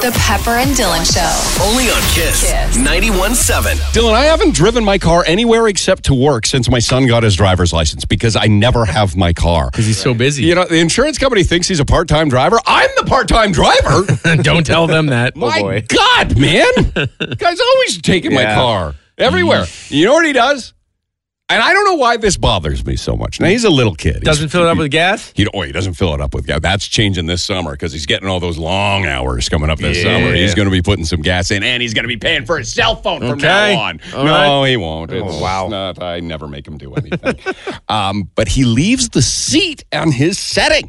The Pepper and Dylan Show. Only on Kiss. Kiss. 91.7. Dylan, I haven't driven my car anywhere except to work since my son got his driver's license because I never have my car. because he's so busy. You know, the insurance company thinks he's a part time driver. I'm the part time driver. don't tell them that. my God, man. Guy's always taking my Yeah. car everywhere. You know what he does? And I don't know why this bothers me so much. Now, he's a little kid. He's- Doesn't fill it up with gas. He, oh, he doesn't fill it up with gas. That's changing this summer because he's getting all those long hours coming up this Yeah. summer. He's going to be putting some gas in, and he's going to be paying for his cell phone from Okay. now on. All no, he won't. Oh, It's wow. not- I never make him do anything. um, but he leaves the seat on his setting.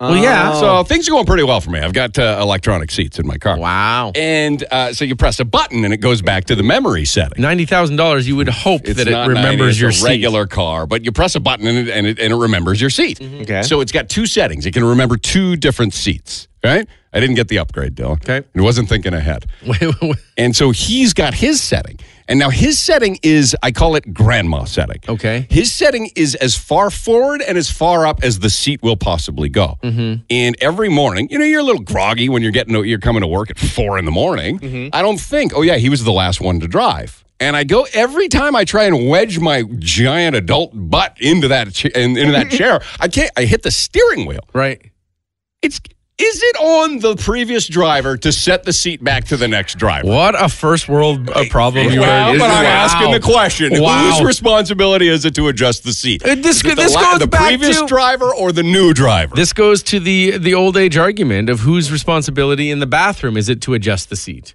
Uh, Well, Oh, yeah. So things are going pretty well for me. I've got uh, electronic seats in my car. Wow. And uh, so you press a button, and it goes back to the memory setting. Ninety thousand dollars. You would hope It's that it not 90, remembers it's your a seat. regular car, but you press a button and it, and it, and it remembers your seat. Mm-hmm. Okay. So it's got two settings. It can remember two different seats, right? I didn't get the upgrade, Dylan. Okay. It wasn't thinking ahead. Wait, wait, wait. And so he's got his setting. And now his setting is, I call it grandma setting. Okay. His setting is as far forward and as far up as the seat will possibly go. And every morning, you know, you're a little groggy when you're getting to, you're coming to work at four in the morning. I don't think, oh yeah, he was the last one to drive. And I go every time I try and wedge my giant adult butt into that cha- in, into that chair. I can't. I hit the steering wheel. Right. It's is it on the previous driver to set the seat back to the next driver? What a first world uh, problem you Well, are. but I'm Wow. asking the question. Wow. Whose responsibility is it to adjust the seat? Uh, this- Is it this the goes the back previous to- driver or the new driver? This goes to the the old age argument of whose responsibility in the bathroom is it to adjust the seat.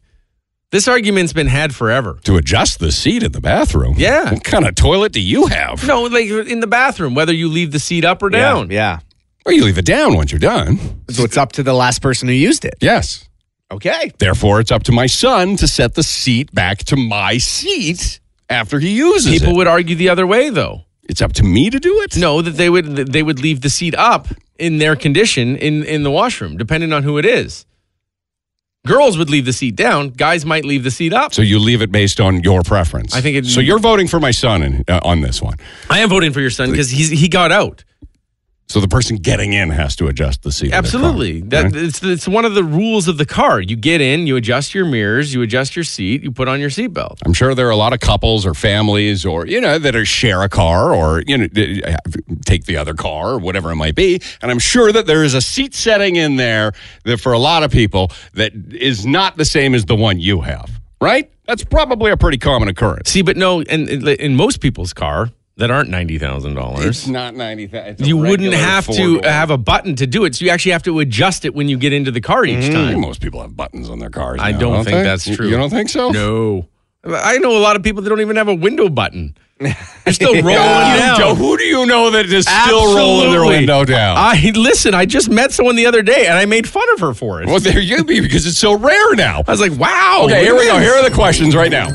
This argument's been had forever. to adjust the seat in the bathroom. Yeah. What kind of toilet do you have? No, like in the bathroom, whether you leave the seat up or down. Yeah. Or you leave it down once you're done. So it's up to the last person who used it. Yes. Okay. Therefore, it's up to my son to set the seat back to my seat after he uses People it. would argue the other way though. it's up to me to do it. No, that they would that they would leave the seat up in their condition in in the washroom, depending on who it is. Girls would leave the seat down. Guys might leave the seat up. So you leave it based on your preference. I think it- so. You're voting for my son in, uh, on this one. I am voting for your son because he's he got out. So the person getting in has to adjust the seat. in their car, Absolutely. right? That it's it's one of the rules of the car. You get in, you adjust your mirrors, you adjust your seat, you put on your seatbelt. I'm sure there are a lot of couples or families or, you know, that are share a car or, you know, d- have- take the other car or whatever it might be. And I'm sure that there is a seat setting in there that for a lot of people that is not the same as the one you have, right? That's probably a pretty common occurrence. See, but no, and in, in most people's car that aren't ninety thousand It's dollars. not 90,000. You wouldn't have to have a button to do it, so you actually have to adjust it when you get into the car each time. Most people have buttons on their cars. I now, don't think they? that's You- true. You don't think so? No. I know a lot of people that don't even have a window button. They're still rolling You down. don't- who do you know that is still rolling their Absolutely. window down? I listen, I just met someone the other day and I made fun of her for it. well, there you be because it's so rare now. I was like, wow. Okay, look here at we go. this. Here are the questions right now.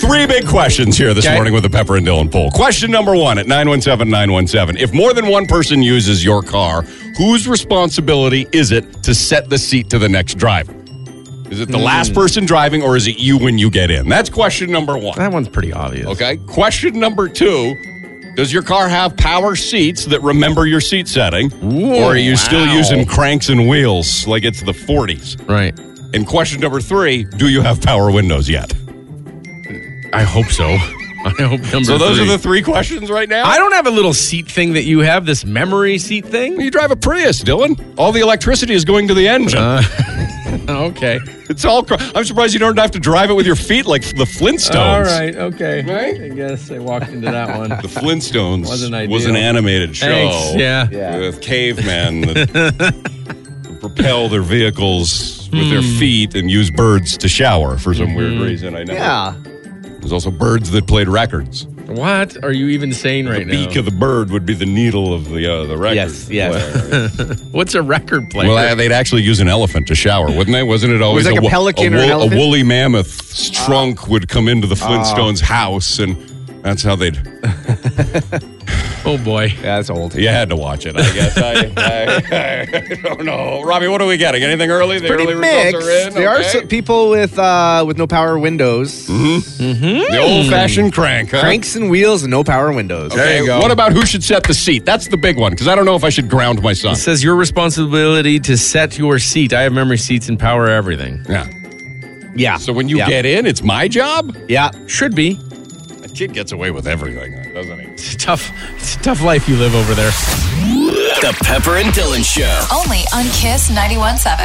Three big questions here this Okay. morning with the Pepper and Dylan poll. Question number one at 917 917. If more than one person uses your car, whose responsibility is it to set the seat to the next driver? Is Hmm. it the last person driving or is it you when you get in? That's question number one. That one's pretty obvious. Okay. Question number two Does your car have power seats that remember your seat setting? Ooh, or are you still wow. using cranks and wheels like it's the 40s? Right. And question number three Do you have power windows yet? I hope so. I hope number So those three. are the three questions right now. I don't have a little seat thing that you have, this memory seat thing. you drive a Prius, Dylan. All the electricity is going to the engine. Uh. Oh, Okay. it's all. cr- I'm surprised you don't have to drive it with your feet like the Flintstones. okay. Right? I guess I walked into that one. The Flintstones Wasn't ideal. was an animated show. Thanks, yeah. With cavemen that propel their vehicles with their Hmm. feet and use birds to shower for some Mm-hmm. weird reason. I know. Yeah. There's also birds that played records. What are you even saying right the beak now? of the bird would be the needle of the uh, the record. Yes, yes. player. What's a record player? Well, uh, they'd actually use an elephant to shower, wouldn't they? Wasn't it always like a wo- pelican a, or an wool- a elephant? Ah. woolly mammoth's trunk would come into the Flintstones' house, and that's how they'd Oh boy. Yeah, that's old. You had to watch it, I guess. I, I, I don't know. Robbie, what are we getting? Anything early? the Pretty early mixed. results are in. There are Okay. Mm-hmm. some people with uh, with no power windows, the old-fashioned crank. Huh? cranks and wheels, and no power windows. Okay, What about who should set the seat? That's the big one because I don't know if I should ground my son. It says your responsibility to set your seat. I have memory seats and power everything. Yeah. Yeah. So when you yeah. get in, it's my job. yeah, Should be. That kid gets away with everything, doesn't he? It's a tough. It's a tough life you live over there. The Pepper and Dylan Show. Only on Kiss 91.7.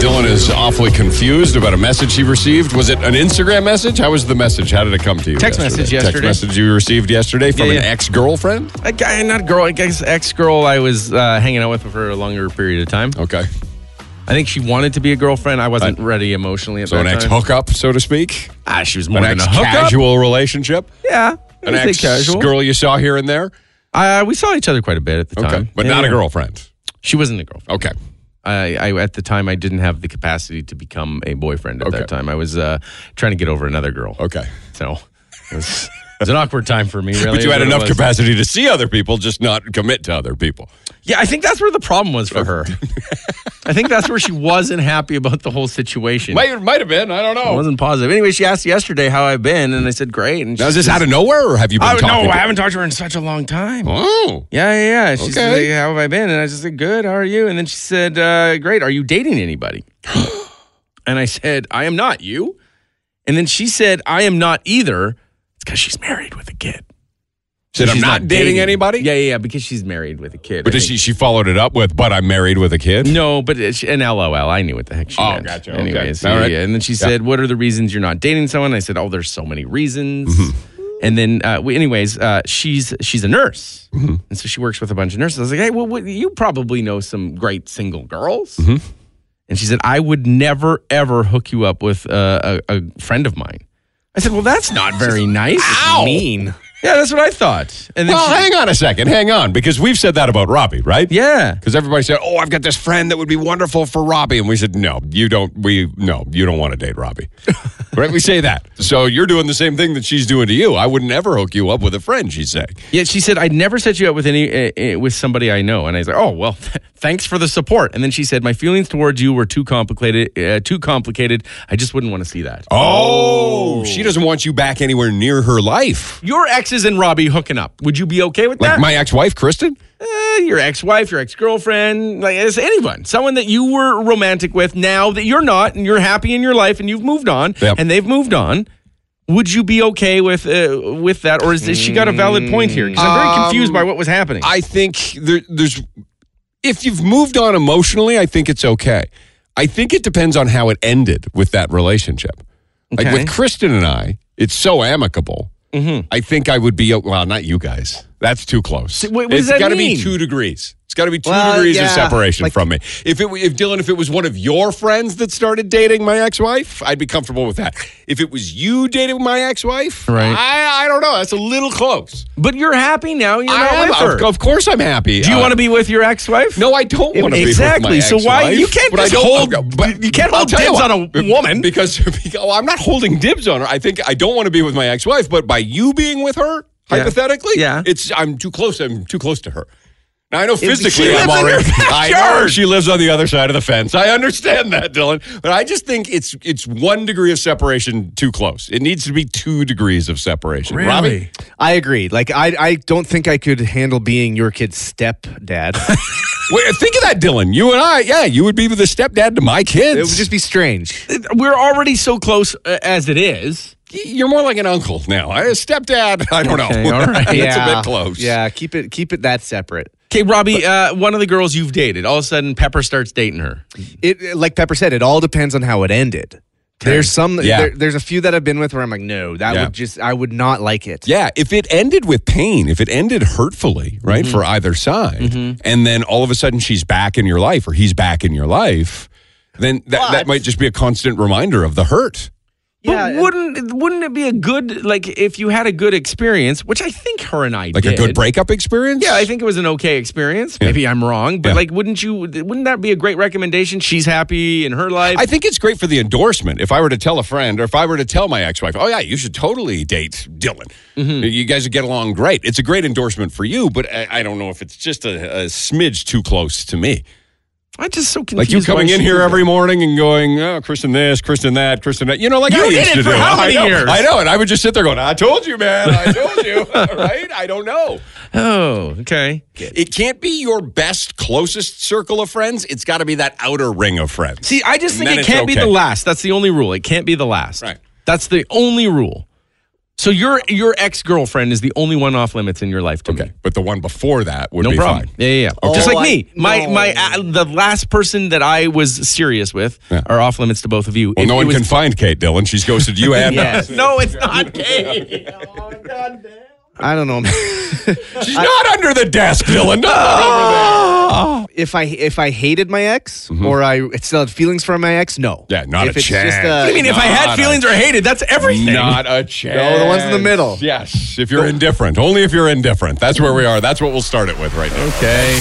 Dylan is awfully confused about a message he received. Was it an Instagram message? How was the message? How did it come to you? Text message yesterday. Text message you received yesterday from Yeah, an yeah. ex girlfriend. A guy, not girl. I guess ex girl. I was uh, hanging out with for a longer period of time. Okay, I think she wanted to be a girlfriend. I wasn't ready emotionally at so that an ex time. hookup, so to speak, Ah, she was more an than ex a hookup. casual relationship, Yeah, I an would say ex casual. girl you saw here and there. Uh, we saw each other quite a bit at the Okay, time, but Yeah, not a yeah. girlfriend. She wasn't a girlfriend. Okay, I, I at the time I didn't have the capacity to become a boyfriend at Okay. that time. I was uh, trying to get over another girl. okay. So it was, it was an awkward time for me. Really, But you had is what it enough was. capacity to see other people, just not commit to other people. Yeah, I think that's where the problem was for her. I think that's where she wasn't happy about the whole situation. Might might have been. I don't I know. wasn't positive. Anyway, she asked yesterday how I've been, and I said great. And Now, is she this says- out of nowhere, or have you been I, talking? no, to- I haven't talked to her in such a long time. Oh, Yeah, yeah, yeah. She said, Okay. "Hey, how have I been? And I just said, good. How are you? And then she said, uh, great. Are you dating anybody? and I said, I am not. You? And then she said, I am not either. It's because she's married with a kid. said I'm She's not dating anybody. Yeah, yeah, yeah. Because she's married with a kid. But I does she think. she followed it up with, but I'm married with a kid? No, but it's an LOL. I knew what the heck she Oh, meant. gotcha. Okay. Anyways, All yeah, right. yeah. And then she said, "What are the reasons you're not dating someone?" I said, "Oh, there's so many reasons." Mm-hmm. And then, uh, we, anyways, uh, she's she's a nurse, Mm-hmm. and so she works with a bunch of nurses. I was like, "Hey, well, what, you probably know some great single girls." Mm-hmm. And she said, "I would never ever hook you up with uh, a, a, a friend of mine." I said, "Well, that's not very nice." mean. Yeah, that's what I thought. And then, Well, she- hang on a second. Hang on, because we've said that about Robbie, right? yeah, Because everybody said, "Oh, I've got this friend that would be wonderful for Robbie," and we said, "No, you don't. We no, you don't want to date Robbie." right? We say that. So you're doing the same thing that she's doing to you. I would never hook you up with a friend. She's saying. Yeah, she said I never set you up with any uh, uh, with somebody I know, and I was like, oh well, thanks for the support. And then she said my feelings towards you were too complicated, uh, too complicated. I just wouldn't want to see that. Oh, she doesn't want you back anywhere near her life. Your exes and Robbie hooking up, would you be okay with Like that? my ex-wife, Kristen. Eh, your ex-wife, your ex-girlfriend, like it's anyone, someone that you were romantic with, now that you're not, and you're happy in your life, and you've moved on, Yep. and they've moved on. Would you be okay with uh, with that, or is has she got a valid point here? Because I'm very confused by what was happening. Um, I think there, there's if you've moved on emotionally, I think it's okay. I think it depends on how it ended with that relationship. Like Okay. Mm-hmm. with Kristen and I, it's so amicable. I think I would be well, not you guys. That's too close. what- what does it's that got to be mean? two degrees. It's got to be two Well, degrees yeah, of separation like- from me. If it, w- if Dylan, if it was one of your friends that started dating my ex-wife, I'd be comfortable with that. If it was you dating my ex-wife, Right. I, I don't know. That's a little close. but you're happy now. You're not I am- with her. Of, of course, I'm happy. Uh, Do you want to be with your ex-wife? No, I don't want to be Exactly. with my So why- ex-wife, you can't but I just don't- hold- okay, But you can't I'll hold tell you dibs what, on a w- woman. because, because well, I'm not holding dibs on her. I think I don't want to be with my ex-wife, but by you being with her, hypothetically, Yeah. it's I'm too close. I'm too close to her. Now I know she physically lives I'm in already. your I know backyard. she lives on the other side of the fence. I understand that, Dylan, but I just think it's it's one degree of separation too close. It needs to be two degrees of separation. Robbie, I agree. Like I, I don't think I could handle being your kid's stepdad. wait, think of that, Dylan. You and I, yeah, you would be the stepdad to my kids. it would just be strange. We're already so close uh, as it is. You're more like an uncle now. I, stepdad, I don't Okay, know. all right. It's a bit close. Yeah, keep it keep it that separate. Okay, Robbie, uh, one of the girls you've dated, all of a sudden Pepper starts dating her. It like Pepper said, it all depends on how it ended. There's some Yeah. there, there's a few that I've been with where I'm like, no, that Yeah. would just I would not like it. Yeah, if it ended with pain, if it ended hurtfully, right, Mm-hmm. for either side, and then all of a sudden she's back in your life or he's back in your life, then that, that But- might just be a constant reminder of the hurt. Yeah, but and- wouldn't wouldn't it be a good like if you had a good experience, which I think her and I Like did. a good breakup experience? Yeah, I think it was an okay experience. Maybe I'm wrong, but Yeah. like, wouldn't you? Wouldn't that be a great recommendation? She's happy in her life. I think it's great for the endorsement. If I were to tell a friend or if I were to tell my ex wife, oh, yeah, you should totally date Dylan. Mm-hmm. You guys would get along great. It's a great endorsement for you, but I, I don't know if it's just a, a smidge too close to me. I just so Like confused. you coming why in she here did every morning and going, oh, Kristen this, Kristen that, Kristen that. You know, like You I did used it to for do. how many I know, years? I know. And I would just sit there going, I told you, man. I told you. right? I don't know. that. Oh, okay. It can't be your best, closest circle of friends. It's got to be that outer ring of friends. See, I just And think then it it's can't be okay. the last. That's the only rule. It can't be the last. Right. That's the only rule. So your your ex girlfriend is the only one off limits in your life to me. But the one before that would No be problem. fine. Yeah, yeah, yeah. Okay. Just like Oh, I- me, my no. my uh, the last person that I was serious with Yeah. are off limits to both of you. Well, It- no it one was- can find Kate Dillon. She's ghosted you and Yes. us. No, it's not gay. I don't know. She's not under the desk, Ah! Dylan. if I if I hated my ex or I still had feelings for my ex, no. Mm-hmm. Yeah, not if a it's chance. Just What a, I mean, if I Not had a- feelings or hated, that's everything. Not a chance. No, the ones in the middle. Yes, if you're indifferent. Only if you're indifferent. That's where we are. That's what we'll start it with right now. okay.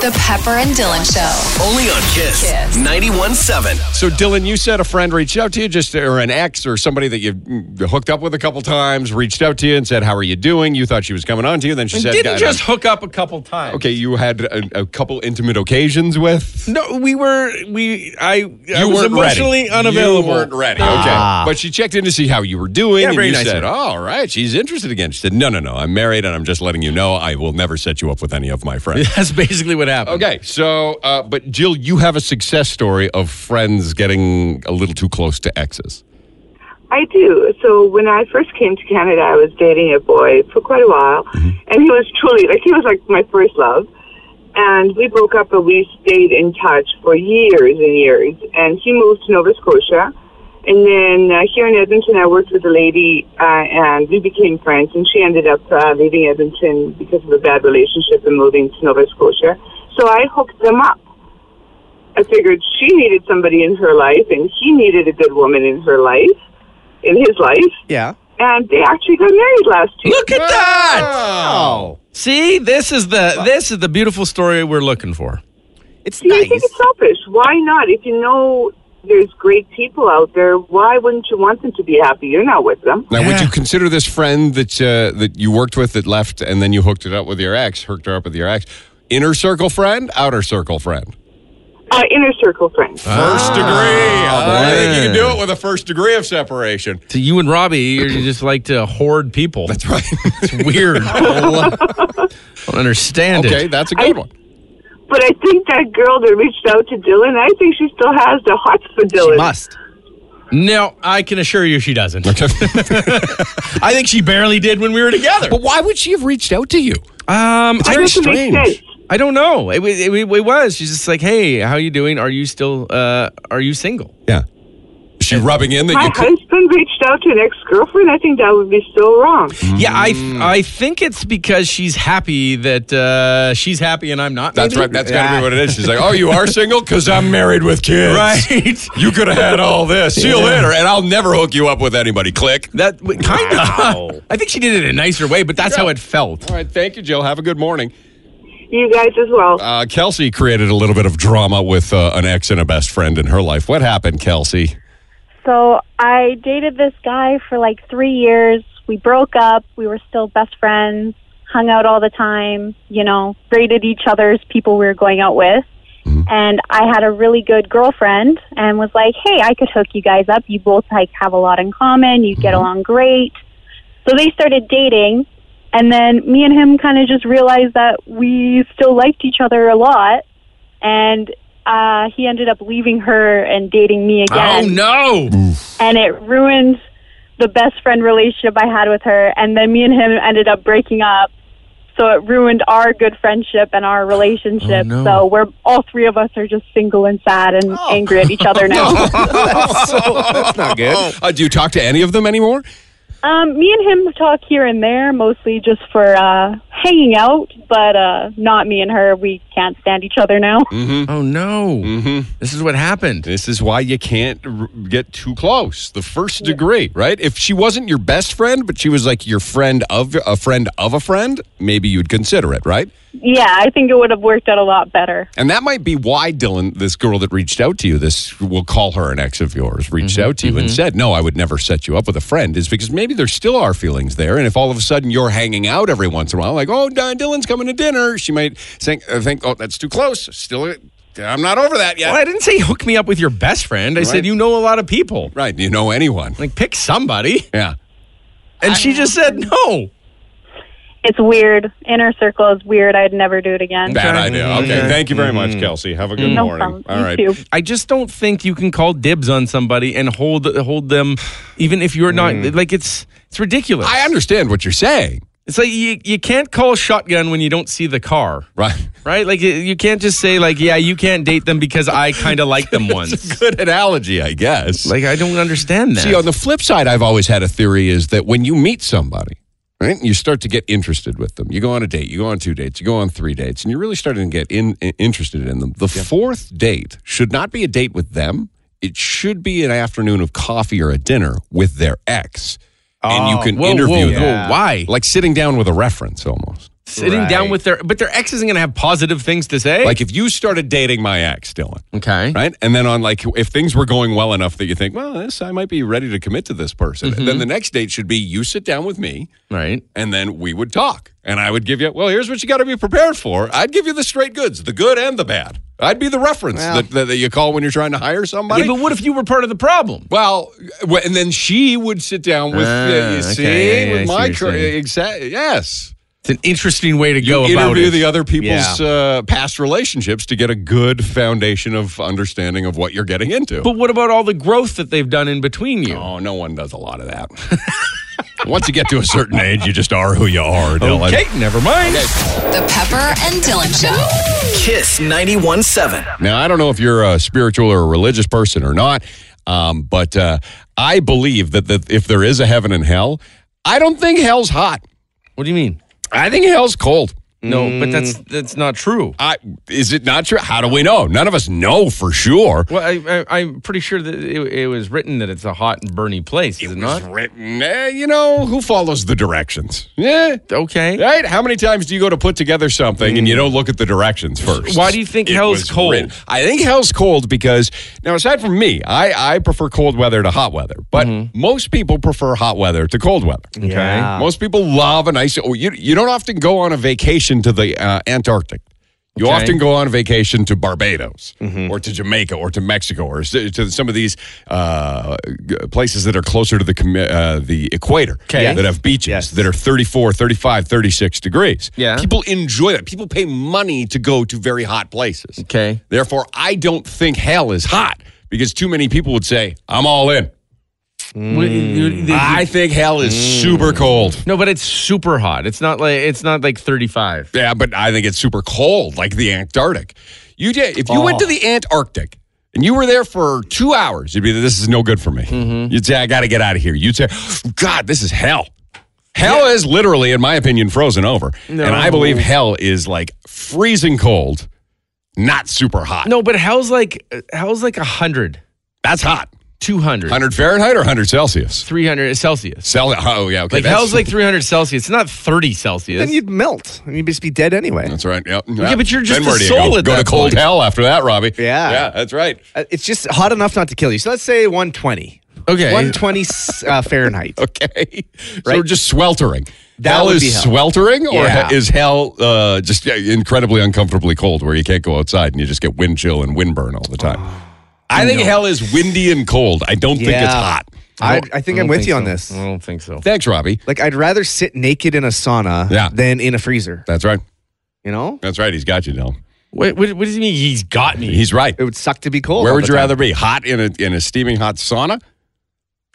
The Pepper and Dylan Show. Only on Kiss. Kiss. 91.7. So, Dylan, you said a friend reached out to you, just or an ex or somebody that you mm, hooked up with a couple times, reached out to you and said, "How are you doing?" You thought she was coming on to you, then she said, Didn't "God, just I'm-" hook up a couple times. Okay, you had a, a couple intimate occasions with. No, we were we I I you was weren't emotionally ready. unavailable. Ah. You weren't ready. Okay. But she checked in to see how you were doing. Yeah, and very you nice said, of her. oh, all right, she's interested again. She said, no, no, no. I'm married and I'm just letting you know I will never set you up with any of my friends. That's basically what happened. okay. So, uh, but Jill, you have a success story of friends getting a little too close to exes. I do. So when I first came to Canada, I was dating a boy for quite a while, and he was truly like he was like my first love. And we broke up, but we stayed in touch for years and years. And he moved to Nova Scotia, and then uh, here in Edmonton, I worked with a lady, uh, and we became friends. And she ended up uh, leaving Edmonton because of a bad relationship and moving to Nova Scotia. So I hooked them up. I figured she needed somebody in her life, and he needed a good woman in her life, in his life. yeah. And they actually got married last year. Look at that. Ah. Oh, See, this is the this is the beautiful story we're looking for. it's Do you think nice. it's selfish? Why not? If you know there's great people out there, why wouldn't you want them to be happy? You're not with them. Now, would Yeah. you consider this friend that uh, that you worked with that left and then you hooked it up with your ex, hooked her up with your ex, inner circle friend, outer circle friend? Uh, inner circle friends. Ah, First degree. I think you can do boy. it with a first degree of separation. To you and Robbie, you just like to hoard people. That's Right. it's weird. I don't understand okay, it. that's a good one. But I think that girl that reached out to Dylan, I think she still has the heart for Dylan. She must. No, I can assure you she doesn't. I think she barely did when we were together. But why would she have reached out to you? Um, I It just doesn't make sense. I don't know. It, wa- it, wa- it was. She's just like, hey, how you doing? Are you still? Uh, are you single? Yeah. Is she rubbing in that My you could? husband reached out to an ex-girlfriend. I think that would be so wrong. Yeah, I Mm. th- I think it's because she's happy that uh, she's happy and I'm not. That's maybe? right. That's got to be what it is. She's like, oh, you are single? Because I'm married with kids. Right. You could have had all this. See you later. And I'll never hook you up with anybody. Click. That kind of. I think she did it in a nicer way, but that's how it felt. All right. Thank you, Jill. Have a good morning. You guys as well. Uh, Kelsey created a little bit of drama with uh, an ex and a best friend in her life. What happened, Kelsey? So I dated this guy for like three years. We broke up. We were still best friends, hung out all the time, you know, rated each other's people we were going out with. And I had a really good girlfriend and was like, hey, I could hook you guys up. You both like have a lot in common. You get along great. So they started dating. And then me and him kind of just realized that we still liked each other a lot. And uh, he ended up leaving her and dating me again Oh no! and it ruined the best friend relationship I had with her. And then me and him ended up breaking up. So it ruined our good friendship and our Oh, relationship. no. So we're all three of us are just single and sad and angry at each other now. That's not good. Uh, do you talk to any of them anymore? Um, me and him talk here and there, mostly just for uh, hanging out, but uh, not me and her. We can't stand each other now. Mm. Oh no! Mm-hmm. This is what happened. This is why you can't r- get too close. The first degree, right? If she wasn't your best friend, but she was like your friend of a friend of a friend, maybe you'd consider it, right? Yeah, I think it would have worked out a lot better. And that might be why Dylan, this girl that reached out to you, this we'll call her an ex of yours, reached out to you and said, "No, I would never set you up with a friend," is because maybe there still are feelings there, and if all of a sudden you're hanging out every once in a while, like, "Oh, Di- Dylan's coming to dinner," she might think, uh, "Think, oh, that's too close. Still, uh, I'm not over that yet." Well, I didn't say hook me up with your best friend. I Right. said you know a lot of people. Right? You know anyone? Like pick somebody. Yeah. And she just said no. It's weird. Inner circle is weird. I'd never do it again. Bad idea. Okay. Thank you very much, Kelsey. Have a good Mm-hmm. No morning. problem. All You right. too. I just don't think you can call dibs on somebody and hold hold them, even if you're not like it's it's ridiculous. I understand what you're saying. It's like you you can't call shotgun when you don't see the car. Right. Right? Like you- you can't just say like, yeah, you can't date them because I kind of like them once. Good analogy, I guess. Like I don't understand that. See, on the flip side, I've always had a theory is that when you meet somebody, right, you start to get interested with them. You go on a date, you go on two dates, you go on three dates, and you're really starting to get in, i- interested in them. The fourth date should not be a date with them. It should be an afternoon of coffee or a dinner with their ex, and you can Oh. whoa, interview whoa, them. whoa, why? Like sitting down with a reference, almost. Sitting down Right. with their but their ex isn't going to have positive things to say. Like if you started dating my ex, Dylan. okay. right? And then on like if things were going well enough that you think, well, this I might be ready to commit to this person. Mm-hmm. Then the next date should be you sit down with me Right. and then we would talk. And I would give you, well, here's what you got to be prepared for. I'd give you the straight goods, the good and the bad. I'd be the reference that, that, that you call when you're trying to hire somebody. Yeah, but what if you were part of the problem? well, w- and then she would sit down with Ah, uh, you okay, see yeah, yeah, I with see what my you're cur- saying. exact yes. It's an interesting way to go about Interview it. the other people's uh, past relationships to get a good foundation of understanding of what you're getting into. but what about all the growth that they've done in between you? Oh, no one does a lot of that. Once you get to a certain age, you just are who you are, Dylan. okay, never mind. The Pepper and Dylan Show. Kiss 917. Now, I don't know if you're a spiritual or a religious person or not, um, but uh, I believe that, that if there is a heaven and hell, I don't think hell's hot. What do you mean? I think hell's cold. No, but that's that's not true. I, is it not true? How do we know? None of us know for sure. Well, I, I, I'm pretty sure that it, it was written that it's a hot and burny place, is it, It's not? written, eh, you know, who follows the directions? Eh, Yeah. Okay. Right? How many times do you go to put together something and you don't look at the directions first? Why do you think It hell's was cold? written- I think hell's cold because now, aside from me, I, I prefer cold weather to hot weather, but most people prefer hot weather to cold weather. Mm-hmm. Okay. Most people love a nice. oh, You you don't often go on a vacation to the uh, Antarctic. You Okay. Mm-hmm. often go on vacation to Barbados or to Jamaica or to Mexico or s- to some of these uh, g- places that are closer to the commi- uh, the equator Okay. that have beaches that are 34, 35, 36 degrees. Yeah. People enjoy that. People pay money to go to very hot places. Okay. Therefore, I don't think hell is hot because too many people would say, I'm all in. Well, you- you- I think hell is Mm. super cold. no, but it's super hot. It's not like it's not like 35. Yeah, but I think it's super cold, like the Antarctic. You did if you went Oh. to the Antarctic and you were there for two hours, you'd be this is no good for me. Mm-hmm. You'd say I got to get out of here. You'd say, God, this is hell. Hell is literally, in my opinion, frozen over, and I believe hell is like freezing cold, not super hot. No, but how's like how's like 100, that's hot. 200, 100 Fahrenheit or 100 Celsius. 300 Celsius? Cel- oh yeah, okay. Like that's- hell's like 300 Celsius. It's not 30 Celsius. Then you'd melt. You'd just be dead anyway. That's right. Yep. Yeah, but you're just then a where do you soul go? at go that to cold point. hell after that, Robbie. Yeah. yeah, that's right. Uh, It's just hot enough not to kill you. So let's say 120. Okay. 120 uh, Fahrenheit. Okay. So Right? we're just sweltering. That hell would is be hell. sweltering, or Yeah. he- is hell uh, just uh, incredibly uncomfortably cold where you can't go outside and you just get wind chill and windburn all the time? I think hell is windy and cold. I don't think it's Oh. Yeah. hot. I, I think I'm with you on so. this. I don't think so. Thanks, Robbie. Like, I'd rather sit naked in a sauna Yeah. than in a freezer, That's right. you know? That's right. He's got you, Dylan. What, what, what does he mean? He's got me. He's right. It would suck to be cold. Where all would the you time. rather be? Hot in a, in a steaming hot sauna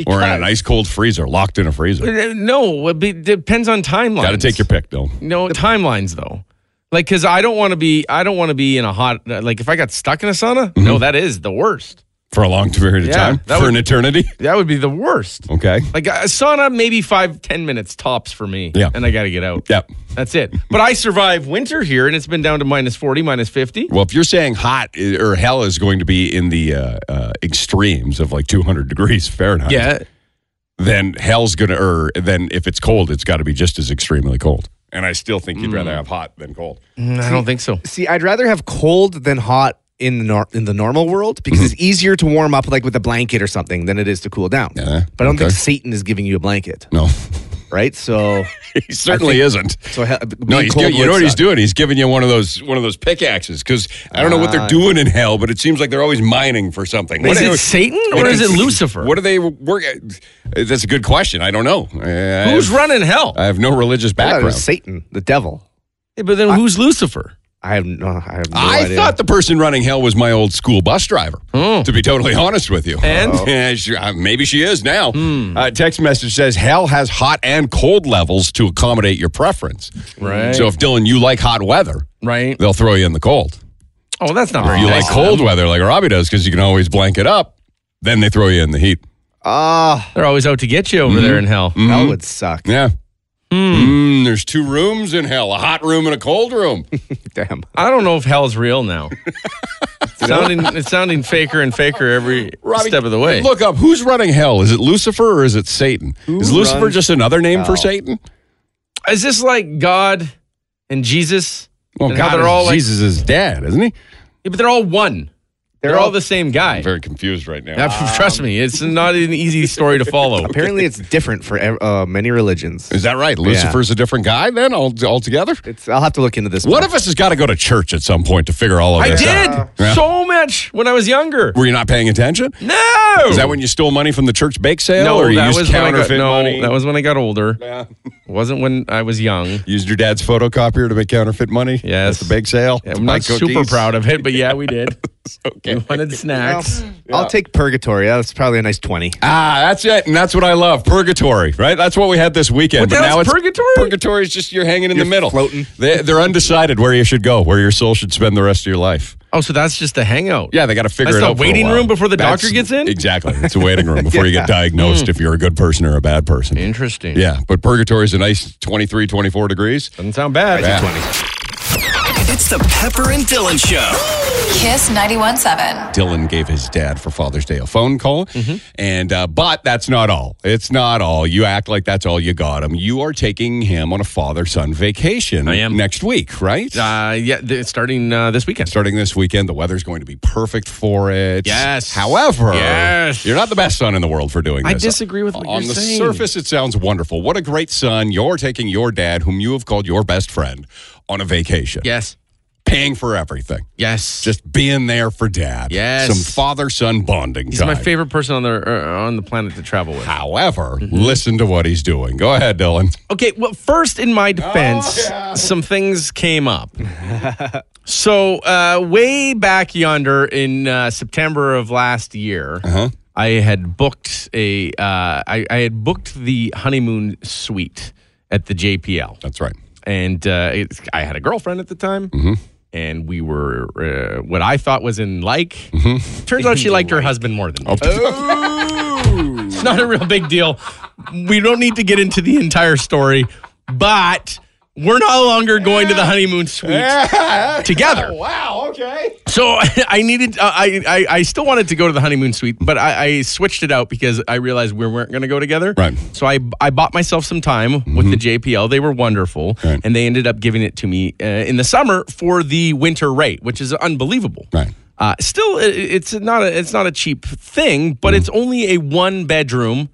or in an ice cold freezer, locked in a freezer? Uh, no, it be- depends on timelines. Got to take your pick, Dylan. No timelines though. Like, uh, cause I don't want to be, I don't want to be in a hot. Like, if I got stuck in a sauna, no, that is the worst. for a long period of Yeah, time, that for would- an eternity. That would be the worst. Okay. Like a sauna, maybe five, ten minutes tops for me. Yeah. And I got to get out. Yep. That's it. But I survive winter here and it's been down to minus 40, minus 50. Well, if you're saying hot i- or hell is going to be in the uh, uh, extremes of like 200 degrees Fahrenheit, Yeah. then hell's gonna, or then if it's cold, it's got to be just as extremely cold. And I still think you'd Mm. rather have hot than cold. I don't think so. See, I'd rather have cold than hot in the nor- in the normal world because Mm-hmm. it's easier to warm up like with a blanket or something than it is to cool down. Yeah, but I don't think okay. Satan is giving you a blanket, No, right? So, he certainly isn't. so he- No, being he's cold gi- you would know what he's suck. doing? He's giving you one of those one of those pickaxes because I don't know what they're doing in hell, but it seems like they're always mining for something. What Ah, Is are- it Satan what or are- is it Lucifer? What do they work? eh, That's a good question. I don't know. I- I Who's have- running hell? I have no religious I thought it background. was Satan, the devil. Yeah, but then who's Lucifer? I have no. I have no I idea. thought the person running hell was my old school bus driver. To be totally honest with you, Hmm. And? Hmm. Yeah, she- uh, maybe she is now. Uh, text message says hell has hot and cold levels to accommodate your preference. Right. So if Dylan, you like hot weather, Right. they'll throw you in the cold. Oh, that's not Or very you nice like of cold them. weather, like Robbie does, because you can always blanket up. Then they throw you in the heat. Ah, They're always out to get you over there in hell. Mm-hmm. that would suck. Yeah. Hmm. Mm, there's two rooms in hell: a hot room and a cold room. Damn. I don't know if hell's real now. It's sounding, it's sounding faker and faker every step of the way. Look up who's running hell. Is it Lucifer or is it Satan? is Lucifer just another name for Satan? Is this like God and Jesus? Well, And how God, they're is- all like- Jesus is dead, isn't he? Yeah, but they're all one. They're, all, the same guy. I'm very confused right now. Now, trust me, it's not an easy story to follow. Apparently, it's different for ev- uh, many religions. Is that right? Lucifer's a different guy then al- altogether. It's. I'll have to look into this. One more. of us has got to go to church at some point to figure all of I this out. did so much when I was younger. Were you not paying attention? No, Is that when you stole money from the church bake sale, No, or you that used was when I got, counterfeit no, money? that was when I got older. Yeah. Wasn't when I was young. Used your dad's photocopier to make counterfeit money? Yes. At the bake sale? Yeah, I'm not Buy super cookies? proud of it, but yeah, we did. Okay. We wanted snacks. I'll take purgatory. That's probably a nice twenty. Ah, that's it. And that's what I love. Purgatory, right? That's what we had this weekend. What the but hell's now it's purgatory? Purgatory is just you're hanging in You're the middle. floating. They, they're undecided where you should go, where your soul should spend the rest of your life. Oh, so that's just a hangout. Yeah, they got to figure That's it the out. for a waiting while. room before the doctor That's- gets in? Hmm. Exactly. It's a waiting room before you get diagnosed if you're a good person or a bad person. Interesting. Yeah, but purgatory is a nice 23, 24 degrees. Doesn't sound bad. Yeah. It's the Pepper and Dylan Show. Kiss 91.7. Dylan gave his dad for Father's Day a phone call, Mm-hmm. and uh, but that's not all. It's not all. You act like that's all you got him. You are taking him on a father-son vacation. I am. next week, right? Uh, yeah, th- starting uh, this weekend. Starting this weekend, the weather's going to be perfect for it. Yes. However, Yes. you're not the best son in the world for doing I this. disagree with what On you're the saying. surface, it sounds wonderful. What a great son. You're taking your dad, whom you have called your best friend, on a vacation. Yes. Paying for everything. Yes. Just being there for dad. Yes. Some father son bonding He's time. my favorite person on the uh, on the planet to travel with. However, Mm-hmm. listen to what he's doing. Go ahead, Dylan. Okay, well, first, in my defense, some things came up. so, uh, way back yonder in uh, September of last year, I had booked a uh, I, I had booked the honeymoon suite at the JPL, That's right. and uh, it's I had a girlfriend at the time. And we were uh, what I thought was in like. Mm-hmm. Turns out she liked her husband more than me. Oh. It's not a real big deal. We don't need to get into the entire story, but we're no longer going to the honeymoon suite together. wow, okay. So I needed, uh, I, I, I still wanted to go to the honeymoon suite, but I, I switched it out because I realized we weren't going to go together. Right. Mm-hmm. So I, I bought myself some time with the JPL. They were wonderful, Right. and they ended up giving it to me uh, in the summer for the winter rate, which is unbelievable. Right. Uh, still, i- i- it's not a, it's not a cheap thing, but it's only a one bedroom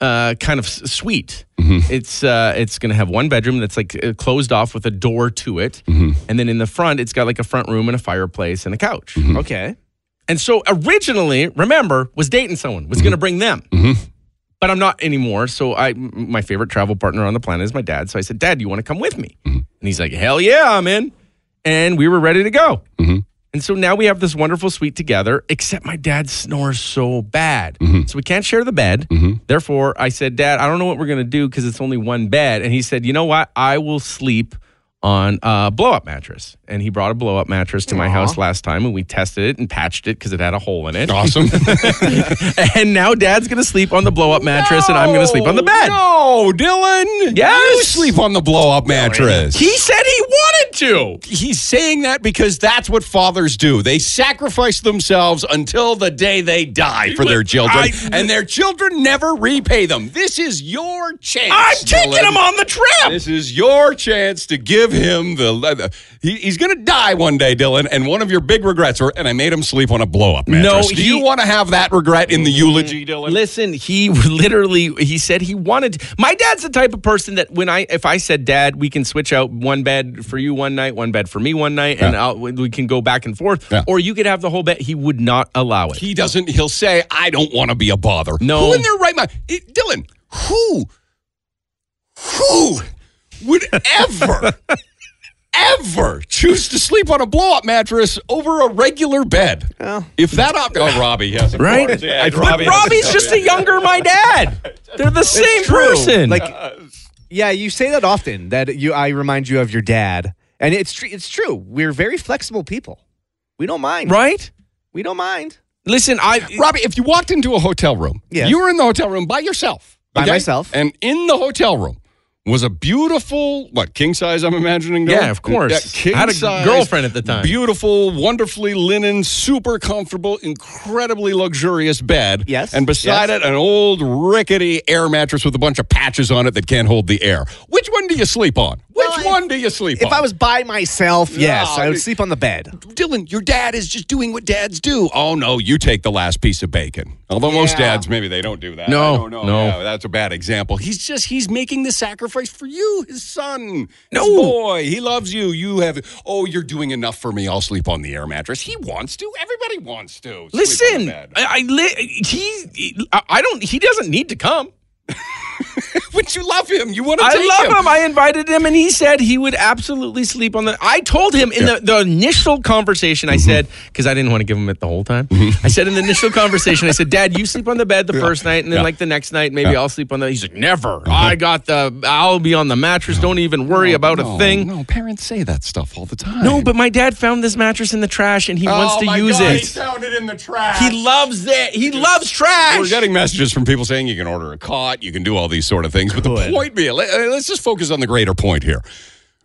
uh, kind of s- suite. It's uh, it's going to have one bedroom that's like uh, closed off with a door to it, and then in the front, it's got like a front room and a fireplace and a couch. Okay. And so originally, remember, was dating someone, was going to bring them. But I'm not anymore. So I, m- my favorite travel partner on the planet is my dad. So I said, Dad, you want to come with me? And he's like, Hell yeah, I'm in. And we were ready to go. And so now we have this wonderful suite together, except my dad snores so bad. So we can't share the bed. Therefore, I said, Dad, I don't know what we're going to do because it's only one bed. And he said, You know what? I will sleep on a blow up mattress. And he brought a blow up mattress to my house last time and we tested it and patched it because it had a hole in it. Awesome. and now dad's going to sleep on the blow up mattress and I'm going to sleep on the bed. No, Dylan. Yes. You sleep on the blow up mattress. He said he wanted to. he's saying that because that's what fathers do. They sacrifice themselves until the day they die for their children, I- and their children never repay them. This is your chance. I'm taking Dylan. him on the trip. This is your chance to give him the. the he, he's going to die one day, Dylan, and one of your big regrets were, and I made him sleep on a blow up No, mattress. do he- you want to have that regret in the eulogy, Dylan? Listen, he literally he said he wanted. My dad's the type of person that when I if I said, "Dad, we can switch out one bed for you one night, one bed for me one night, and Yeah. I'll, we can go back and forth, Yeah. or you could have the whole bed," he would not allow it. He doesn't. He'll say, "I don't want to be a bother." No. who in their right mind, It- Dylan? Who, who would ever, ever choose to sleep on a blow-up mattress over a regular bed? Uh. if that op- oh, Robbie yes, of Right? course. Yeah, But Robbie's just a younger my dad. They're the same person. Like, uh, yeah, you say that often that you. I remind you of your dad, and it's tr- it's true. We're very flexible people. We don't mind. right? We don't mind. Listen, I Robbie, if you walked into a hotel room, Yes. you were in the hotel room by yourself. By myself. And in the hotel room was a beautiful, what, king size, I'm imagining? Yeah, Dylan? of course. king I had a size, girlfriend at the time. Beautiful, wonderfully linen, super comfortable, incredibly luxurious bed. Yes, And beside yes. it, an old rickety air mattress with a bunch of patches on it that can't hold the air. Which one do you sleep on? Which Well, if- one do you sleep on? If I was by myself, yes, No, I would it- sleep on the bed. Dylan, your dad is just doing what dads do. Oh no, you take the last piece of bacon. Although most dads maybe they don't do that. No, I don't know. no. Yeah, that's a bad example. He's just he's making the sacrifice for you, his son. No. his boy, he loves you. You have oh, you're doing enough for me. I'll sleep on the air mattress. He wants to. Everybody wants to. sleep on the listen. I, bed. I li- he I- I don't he doesn't need to come. but you love him. You want to. I take love him. I invited him, and he said he would absolutely sleep on the. I told him in the, the initial conversation. Mm-hmm. I said because I didn't want to give him it the whole time. I said in the initial conversation, I said, "Dad, you sleep on the bed the first night, and then like the next night, maybe I'll sleep on the." He's like, "Never. Uh-huh. I got the. I'll be on the mattress. Don't even worry about Oh, No, a thing." No, parents say that stuff all the time. No, but my dad found this mattress in the trash, and he Oh, wants to my use God, He it. found it in the trash. He loves it. He loves trash. We're getting messages from people saying you can order a cot, you can do all these sort of things. But the point being, let, uh, let's just focus on the greater point here.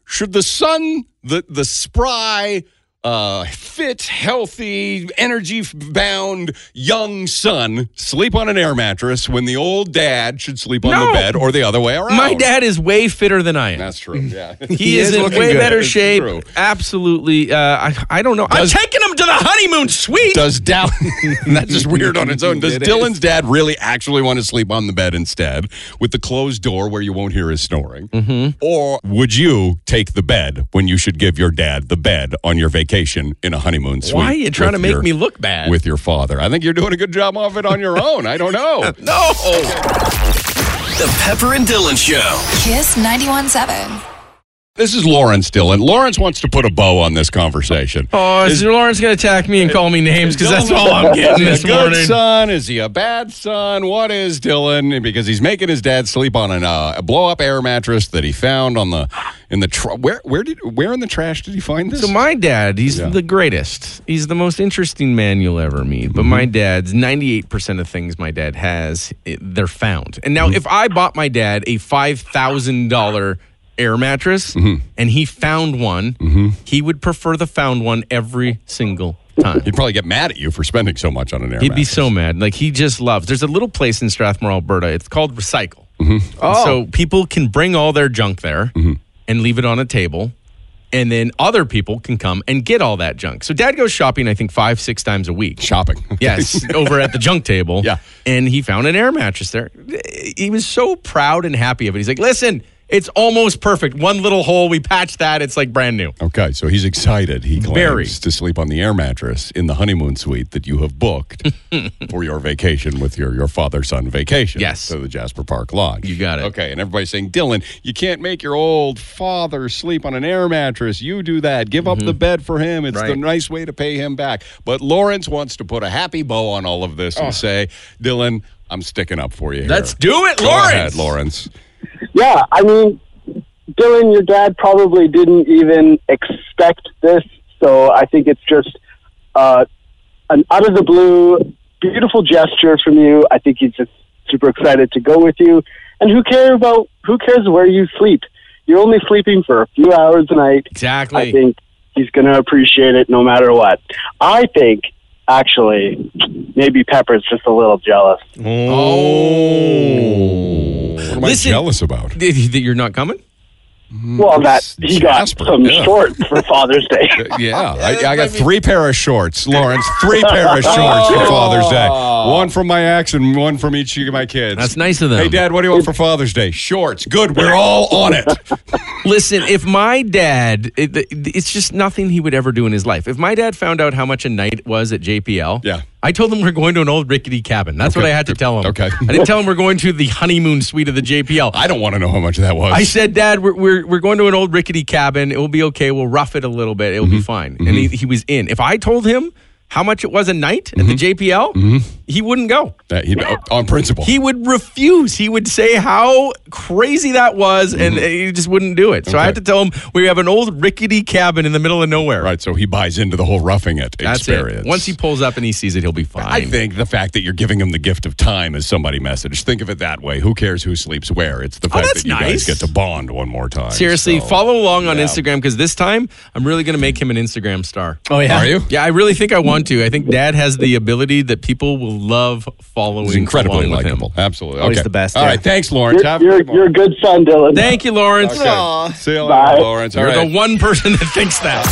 Should the son, the the spry, uh, fit, healthy, energy bound young son sleep on an air mattress when the old dad should sleep on the No. bed or the other way around? my dad is way fitter than I am. That's true. Yeah. He, is, in looking way good. better It's shape. true. Absolutely. Uh, I, I don't know. Does- I'm taking him to the honeymoon suite. Does Dal- that's just weird on its own. Does It is. Dylan's dad really actually want to sleep on the bed instead with the closed door where you won't hear his snoring? Mm-hmm. Or would you take the bed when you should give your dad the bed on your vacation in a honeymoon suite? Why are you trying to with make your- me look bad? with your father? I think you're doing a good job of it on your own. I don't know. no. The Pepper and Dylan Show. Kiss 917. This is Lawrence Dylan. Lawrence wants to put a bow on this conversation. Oh, is Lawrence going to attack me and call me names? Because that's all I'm Is getting he a this good morning. son? Is he a bad son? What is Dylan? Because he's making his dad sleep on an, uh, a blow up air mattress that he found on the in the tr- where where did where in the trash did he find this? So my dad, he's Yeah. the greatest. He's the most interesting man you'll ever meet. But Mm-hmm. my dad's 98% of things my dad has, it, they're found. And Mm-hmm. now if I bought my dad a $5,000 air mattress Mm-hmm. and he found one, he would prefer the found one every single time. He'd probably get mad at you for spending so much on an air. He'd be mattress. so mad. Like he just loves. There's a little place in Strathmore, Alberta. It's called Recycle. Oh. So people can bring all their junk there and leave it on a table, and then other people can come and get all that junk. So Dad goes shopping, I think five, six times a week. shopping. Yes, over at the junk table. Yeah. And he found an air mattress there. He was so proud and happy of it. He's like, listen, it's almost perfect. One little hole, we patched that. It's like brand new. Okay, so he's excited. He claims Very. to sleep on the air mattress in the honeymoon suite that you have booked for your vacation with your, your father son vacation. Yes. To the Jasper Park Lodge. You got it. Okay, and everybody's saying, Dylan, you can't make your old father sleep on an air mattress. You do that. Give up the bed for him. It's the Mm-hmm. Right. nice way to pay him back. But Lawrence wants to put a happy bow on all of this and say, Dylan, I'm sticking up for you here. Let's do it, Go Lawrence. ahead, Lawrence. Yeah, I mean, Dylan, your dad probably didn't even expect this, so I think it's just uh, an out of the blue, beautiful gesture from you. I think he's just super excited to go with you. And who cares about who cares where you sleep? You're only sleeping for a few hours a night. I Exactly. think he's going to appreciate it no matter what. I think, actually, maybe Pepper's just a little jealous. Oh. What am I Listen- jealous about? That you're not coming? well, that he got Jasper, some yeah. shorts for Father's Day. Yeah, I, I got three pair of shorts, Lawrence. Three pair of shorts for Father's Day. One from my ex and one from each of my kids. That's nice of them. Hey, Dad, what do you want for Father's Day? Shorts. Good. We're all on it. Listen, if my dad, it, it's just nothing he would ever do in his life. If my dad found out how much a night was at JPL, Yeah. I told him we're going to an old rickety cabin. That's what I had to tell him. Okay. I didn't tell him we're going to the honeymoon suite of the JPL. I don't want to know how much that was. I said, Dad, we're, we're, we're going to an old rickety cabin. It will be okay. We'll rough it a little bit. It'll Mm-hmm. be fine. And he, he was in. If I told him how much it was a night Mm-hmm. at the JPL, he wouldn't go. That he- uh, on principle. He would refuse. He would say how crazy that was, and he just wouldn't do it. So I had Mm-hmm. Okay. to tell him we have an old rickety cabin in the middle of nowhere. right, so he buys into the whole roughing it That's experience. it. Once he pulls up and he sees it, he'll be fine. I think the fact that you're giving him the gift of time is somebody message. Think of it that way. Who cares who sleeps where? It's the fact Oh, that's that you nice. guys get to bond one more time. Seriously, so- follow along on Instagram because this time I'm really going to make him an Instagram star. Oh yeah. Are you? Yeah, I really think I want to. I think Dad has the ability that people will love following. He's incredibly along with him. likable. Absolutely. Always okay. the best, All yeah. right. Thanks, Lawrence. You're, Have a you're, good one. you're a good son, Dylan. Thank you, Lawrence. Okay. See you later, Bye. Lawrence. All You're right. the one person that thinks that.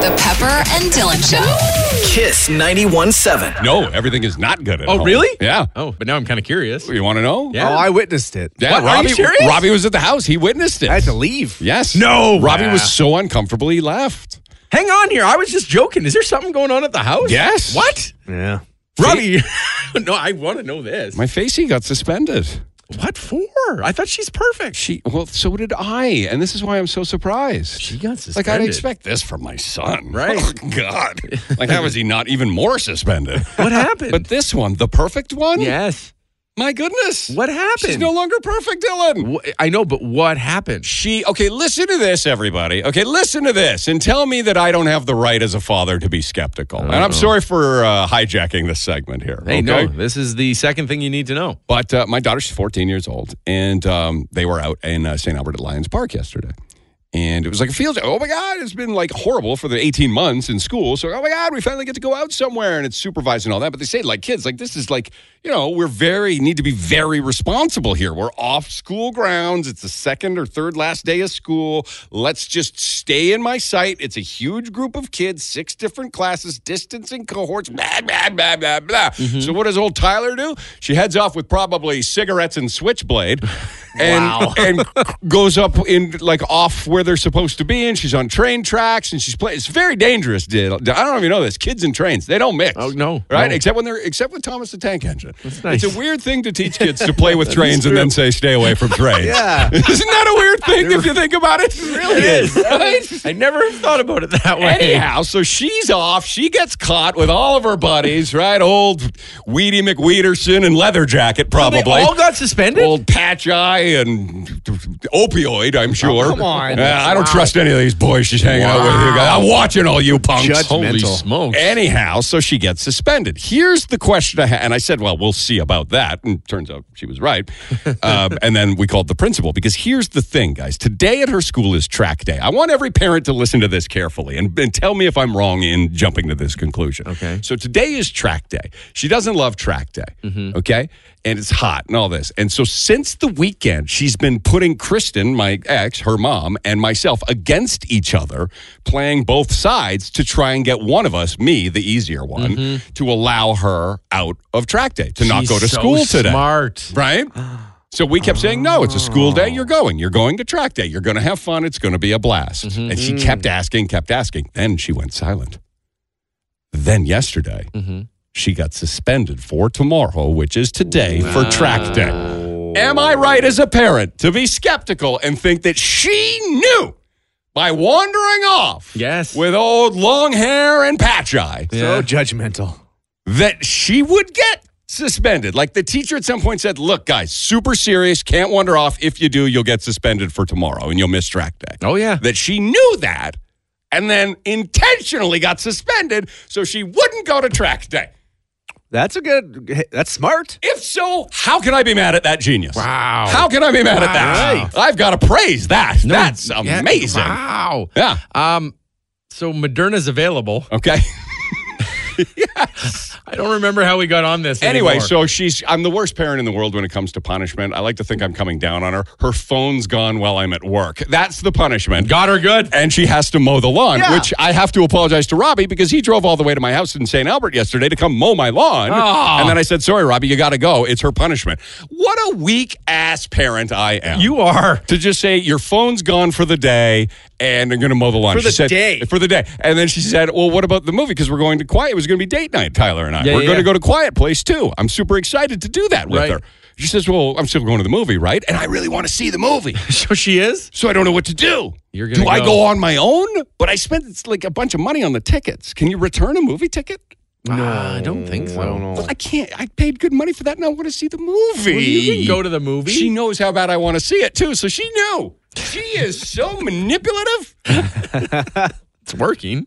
The Pepper and Dylan Show. Kiss 91.7. No, everything is not good at Oh, home. really? Yeah. Oh, but now I'm kind of curious. You want to know? Oh, I witnessed it. Yeah, What, are you Robbie, serious? Robbie was at the house. He witnessed it. I had to leave. Yes. No Robbie way. was so uncomfortable he left. Hang on here. I was just joking. Is there something going on at the house? Yes. What? Yeah. Robbie. no, I want to know this. My facey got suspended. what for? I thought she's perfect. She well, so did I, and this is why I'm so surprised. She got like I'd suspended. expect this from my son, Right. Oh, God, like how is he not even more suspended? What happened? But this one, the perfect one, yes. My goodness, What happened? She's no longer perfect, Dylan. Wh- I know, but what happened? She, okay, listen to this, everybody. Okay, listen to this and tell me that I don't have the right as a father to be skeptical. And I'm sorry for uh, hijacking this segment here. Uh-huh. Hey, okay? no. This is the second thing you need to know. But uh, my daughter, she's 14 years old, and um, they were out in uh, St. Albert at Lions Park yesterday. And it was like a field day. Oh my God, it's been like horrible for the 18 months in school. So, oh my God, we finally get to go out somewhere and it's supervised and all that. But they say, like, kids, like, this is like, you know, we're very, need to be very responsible here. We're off school grounds. It's the second or third last day of school. Let's just stay in my sight. It's a huge group of kids, six different classes, distancing cohorts, blah, blah, blah, blah, blah. So, what does old Tyler do? She heads off with probably cigarettes and switchblade and, and goes up in like off where they're supposed to be. And she's on train tracks and she's playing. It's very dangerous, dude. I don't know if you know this. Kids and trains, they don't mix. Oh, no, Right? no. Except when they're, except with Thomas the Tank Engine. nice. It's a weird thing to teach kids to play with trains and then say, stay away from trains. yeah. Isn't that a weird thing if you think about it? It really is. Right? I never thought about it that way. Anyhow, so she's off. She gets caught with all of her buddies, right? Old Weedy McWeederson and Leather Jacket, probably. They all got suspended. Old Patch Eye and opioid, I'm sure. come on. Uh, I don't trust any of these boys she's hanging out with. You guys. I'm watching all you punks. Judgmental. Holy smokes! Anyhow, so she gets suspended. Here's the question I had, and I said, "Well, we'll see about that." And turns out she was right. um, and then we called the principal because here's the thing, guys. Today at her school is track day. I want every parent to listen to this carefully and, and tell me if I'm wrong in jumping to this conclusion. Okay. So today is track day. She doesn't love track day. Okay. And it's hot and all this. And so since the weekend, she's been putting Kristen, my ex, her mom, and myself against each other, playing both sides to try and get one of us, me, the easier one, to allow her out of track day, to not Mm-hmm. She's go to so school today. Smart. Right? So we kept saying, no, it's a school day. You're going. You're going to track day. You're going to have fun. It's going to be a blast. And she kept asking, kept asking. Then she went silent. Then yesterday, she got suspended for tomorrow, which is today, for track day. Am I right as a parent to be skeptical and think that she knew by wandering off Yes. with old long hair and patch eye So judgmental. that she would get suspended. Like the teacher at some point said, "Look, guys, super serious. Can't wander off. If you do, you'll get suspended for tomorrow and you'll miss track day." Oh, yeah. That she knew that, and then intentionally got suspended so she wouldn't go to track day. That's a good. That's smart. If so, how can I be mad at that genius? Wow. How can I be mad at that? I've got to praise that. No, That's yeah, amazing. Wow. Yeah. Um, so Moderna's available. Okay. I don't remember how we got on this. Anyway, anymore. so she's I'm the worst parent in the world when it comes to punishment. I like to think I'm coming down on her. Her phone's gone while I'm at work. That's the punishment. got her good. And she has to mow the lawn, Yeah. which I have to apologize to Robbie because he drove all the way to my house in St. Albert yesterday to come mow my lawn. Aw. And then I said, Sorry, Robbie, you got to go. It's her punishment. What a weak ass parent I am. You are. to just say your phone's gone for the day and I'm going to mow the lawn For She the said- day. for the day. And then she said, "Well, what about the movie? Because we're going to Quiet. It was going to be date night, Tyler and I. Yeah, we're yeah, going yeah. to go to Quiet Place too. I'm super excited to do that with Right. her." She says, "Well, I'm still going to the movie, right? And I really want to see the movie, So she is. so I don't know what to do. You're do gonna I go- go on my own? But I spent like a bunch of money on the tickets. Can you return a movie ticket? No, Ah, I don't think so. I don't know. But I can't. I paid good money for that, and I want to see the movie. Oh. Well, you can go to the movie. She knows how bad I want to see it too, so she knew. She is so manipulative. it's working.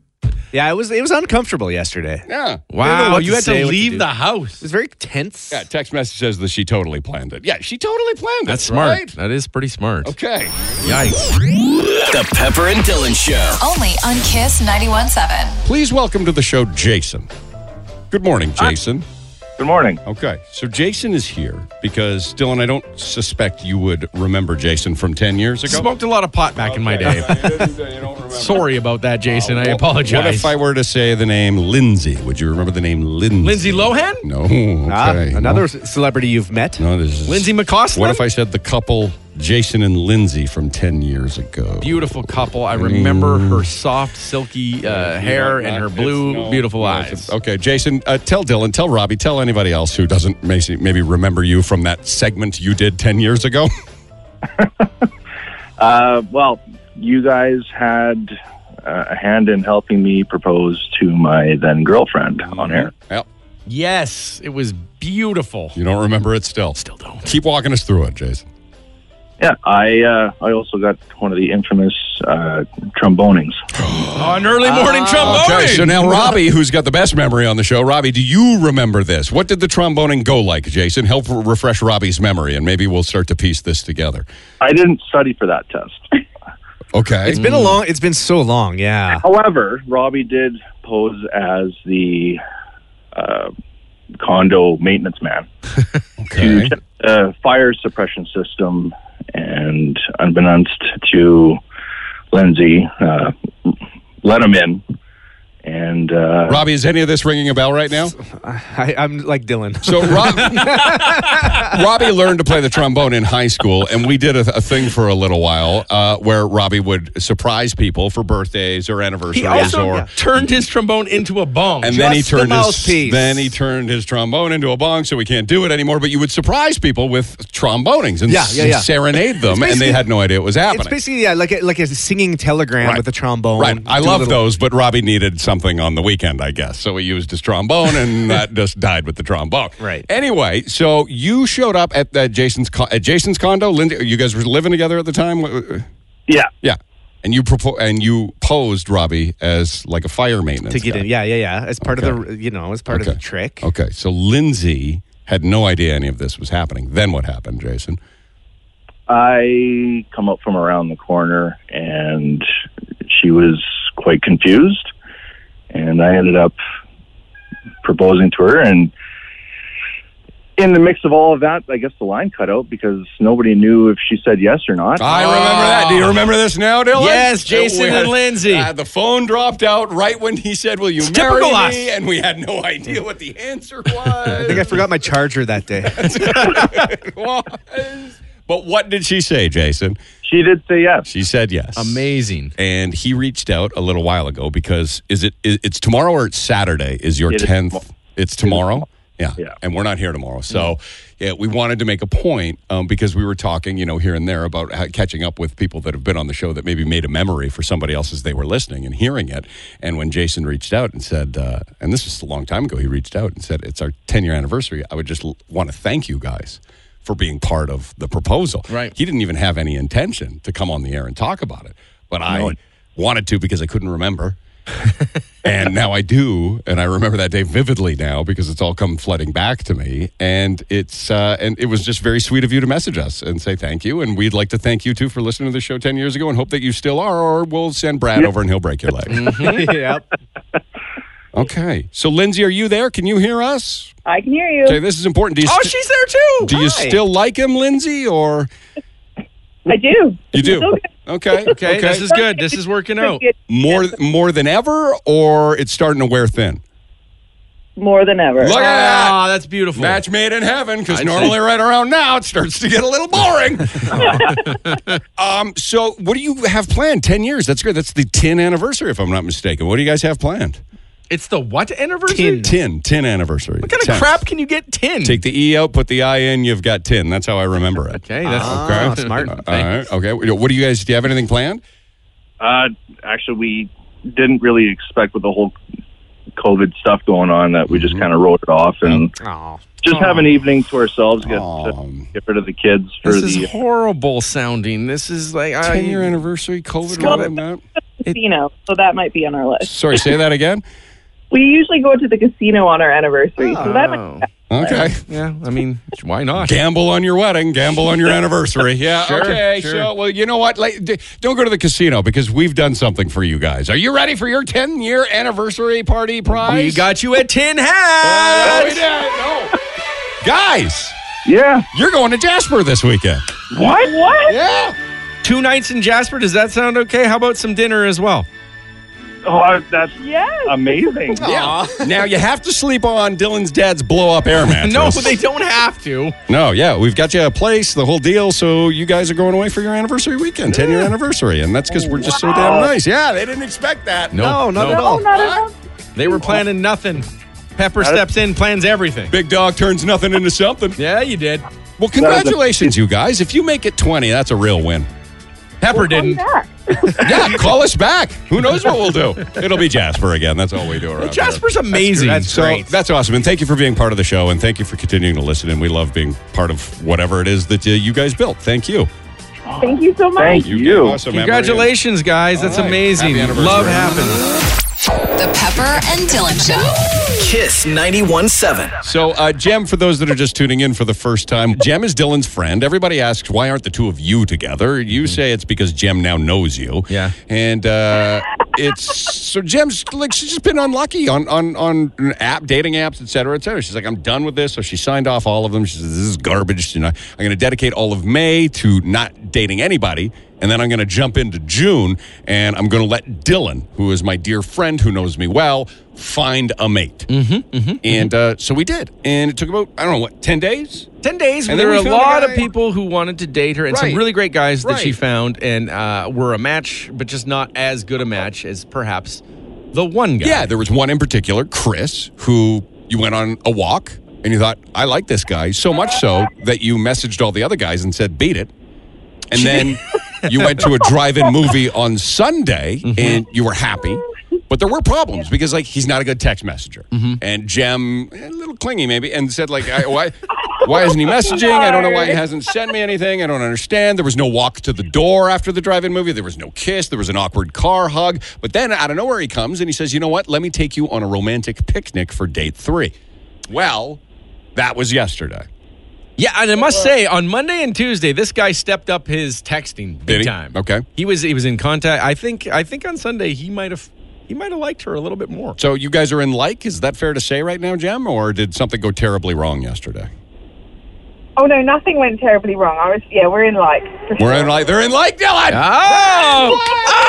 Yeah, it was. It was uncomfortable yesterday. It Yeah. I don't know Wow, what you to had say, to what to leave do. the house. was very tense. Yeah, text message says that she totally planned it. Yeah, she totally planned That's it. smart. right? That is pretty smart. Okay. Yikes. The Pepper and Dylan Show. Only on Kiss 91.7. Please welcome to the show Jason. Good morning, Jason. Good morning. Okay. So Jason is here because Dylan, I don't suspect you would remember Jason from 10 years ago. Smoked a lot of pot back in my day. Sorry about that, Uh, Jason. I apologize. What if I were to say the name Lindsay? Would you remember the name Lindsay? Lindsay Lohan? No. Okay. Ah, another celebrity you've met. No, this is Lindsay McCausland? What if I said the couple Jason and Lindsay from 10 years ago? Beautiful couple. I remember her soft, silky uh, hair and her blue, beautiful eyes. Okay, Jason, uh, tell Dylan, tell Robbie, tell anybody else who doesn't may- maybe remember you from that segment you did 10 years ago. Uh, well, you guys had uh, a hand in helping me propose to my then girlfriend on air. Yep. Yes, it was beautiful. You don't remember it still. Still don't. Keep walking us through it, Jason. Yeah, I uh, I also got one of the infamous uh, trombonings. Uh, An early morning tromboning. Ah, Okay, so now Mm. Robbie, who's got the best memory on the show, Robbie, do you remember this? What did the tromboning go like, Jason? Help r- refresh Robbie's memory, and maybe we'll start to piece this together. I didn't study for that test. Okay. It's been a long. It's been so long. Yeah. However, Robbie did pose as the uh, condo maintenance man. okay. uh, fire suppression system, and unbeknownst to Lindsay, uh, let him in. And uh, Robbie, is any of this ringing a bell right now? I, I'm like Dylan. So Rob, Robbie learned to play the trombone in high school, and we did a, a thing for a little while uh, where Robbie would surprise people for birthdays or anniversaries, He also or turned his trombone into a bong. and then he Just the turned his mouthpiece. then he turned his trombone into a bong, so we can't do it anymore. But you would surprise people with trombonings and Yeah, yeah, yeah. serenade them, and they basically- had no idea it was It's happening. basically yeah, like a, like a singing telegram Right. with a trombone. Right, I Do a love little- those, but Robbie needed something on the weekend, I guess. So he used his trombone, and that just died with the trombone. Right. Anyway, so you showed up at the Jason's con- at Jason's condo. Linda, you guys were living together at the time. What- uh, yeah, Yeah, and you propo- and you posed Robbie as like a fire maintenance to get guy. in. Yeah, yeah, yeah. As part of the you know as part of Okay. the trick. Okay, so Lindsay had no idea any of this was happening. Then what happened, Jason? I come up from around the corner, and she was quite confused. And I ended up proposing to her, and in the mix of all of that, I guess the line cut out because nobody knew if she said yes or not. I remember that. Do you remember this now, Dylan? Ah. Yes, Jason Uh, and Lindsay. uh, the phone dropped out right when he said, "Will you typical marry me?" us. And we had no idea what the answer I think I was. forgot my charger that day. was. But what did she say, Jason? She did say yes. She said yes. Amazing. And he reached out a little while ago because is it? Is, it's tomorrow or it's Saturday? Is your It is tenth? tomo- It's tomorrow. Yeah. Yeah. And we're not here tomorrow. So, yeah, we wanted to make a point um, because we were talking, you know, here and there about how, catching up with people that have been on the show that maybe made a memory for somebody else as they were listening and hearing it. And when Jason reached out and said, uh, and this was a long time ago, he reached out and said, it's our 10 year anniversary. I would just l- want to thank you guys for being part of the proposal. Right. He didn't even have any intention to come on the air and talk about it, but I wanted to because I couldn't remember and now I do, and I remember that day vividly now because it's all come flooding back to me. And it's uh, and it was just very sweet of you to message us and say thank you. And we'd like to thank you too for listening to the show ten years ago, and hope that you still are, or we'll send Brad over and he'll break your leg. Mm-hmm. yep. okay. So Lindsay, are you there? Can you hear us? I can hear you. Okay, this is important. Do you Oh, st- she's there too. do you Hi. still like him, Lindsay, or I do. you do? Okay. Okay. Okay, this is good. This is working out. more more than ever, or it's starting to wear thin. More than ever. Look at that. Ah, that's beautiful. Match made in heaven, because I'd normally say- right around now it starts to get a little boring. um, so, what do you have planned? Ten years? That's great. That's the ten anniversary, if I'm not mistaken. What do you guys have planned? It's the what anniversary? Ten. Ten anniversary. What kind of crap can you get tin? Take the e out, put the i in. You've got ten. That's how I remember it. okay, that's Ah, smart. All right. Okay. What do you guys? Do you have anything planned? Uh, actually, we didn't really expect with the whole COVID stuff going on that we just kind of wrote it off and Aw. just have an evening to ourselves. Get, Um, get rid of the kids for This the is horrible sounding. This is like I, ten year anniversary. COVID. Well, all that. casino, so that might be on our list. Sorry. Say that again. We usually go to the casino on our anniversary, so that might Oh. Okay. Yeah, I mean, why not? Gamble on your wedding, gamble on your anniversary. Yeah, Sure, okay. sure. So, well, you know what? Like, d- don't go to the casino because we've done something for you guys. Are you ready for your 10 year anniversary party prize? We got you a tin Uh, hat. no, we did. No. guys, yeah. you're going to Jasper this weekend. What? What? Yeah. Two nights in Jasper. Does that sound okay? How about some dinner as well? Oh, that's Yes. amazing. Yeah. Now you have to sleep on Dylan's dad's blow up air mattress. No, they don't have to. No, yeah, we've got you a place, the whole deal. So you guys are going away for your anniversary weekend, 10 year anniversary. And that's because we're just so damn nice. Yeah, they didn't expect that. No, not at Oh, all. not enough. They were planning nothing. Pepper steps in, plans everything. Big dog turns nothing into something. Yeah, you did. Well, congratulations, you guys. If you make it 20, that's a real win. Pepper didn't. Yeah. Yeah, call us back. Who knows what we'll do? It'll be Jasper again. That's all we do around here. Jasper's amazing. That's so that's awesome, and thank you for being part of the show, and thank you for continuing to listen. And we love being part of whatever it is that uh, you guys built. Thank you. Thank you so much. Thank you. You gave us a memory. Congratulations, guys. That's All right. amazing. Happy anniversary. Love happens. The Pepper and Dylan Show. Kiss 91.7. So, uh, Jem, for those that are just tuning in for the first time, Jem is Dylan's friend. Everybody asks, why aren't the two of you together? You say it's because Jem now knows you. Yeah. And uh, it's so Jem's like, she's just been unlucky on, on, on an app, dating apps, et cetera, et cetera. She's like, I'm done with this. So she signed off all of them. She says, this is garbage. You know, I'm going to dedicate all of May to not dating anybody. And then I'm going to jump into June and I'm going to let Dylan, who is my dear friend who knows me well, find a mate. And uh, so we did. And it took about, I don't know, what, 10 days? 10 days. And there then were we a found a lot of guy- people who wanted to date her and Right. some really great guys that she Right. found and uh, were a match, but just not as good a match as perhaps the one guy. Yeah, there was one in particular, Chris, who you went on a walk and you thought, I like this guy so much so that you messaged all the other guys and said, beat it. And then you went to a drive in movie on Sunday and you were happy. But there were problems because, like, he's not a good text messenger. And Jem, a little clingy maybe, and said, like, I, why, why isn't he messaging? I don't know why he hasn't sent me anything. I don't understand. There was no walk to the door after the drive in movie. There was no kiss. There was an awkward car hug. But then out of nowhere, he comes and he says, you know what? Let me take you on a romantic picnic for date three. Well, that was yesterday. Yeah, and I must say, on Monday and Tuesday, this guy stepped up his texting big Did he? time. Okay. He was he was in contact. I think I think on Sunday he might have he might have liked her a little bit more. So you guys are in like? Is that fair to say right now, Jem? Or did something go terribly wrong yesterday? Oh no, nothing went terribly wrong. I was yeah, we're in like. We're in like. They're in like, Dylan.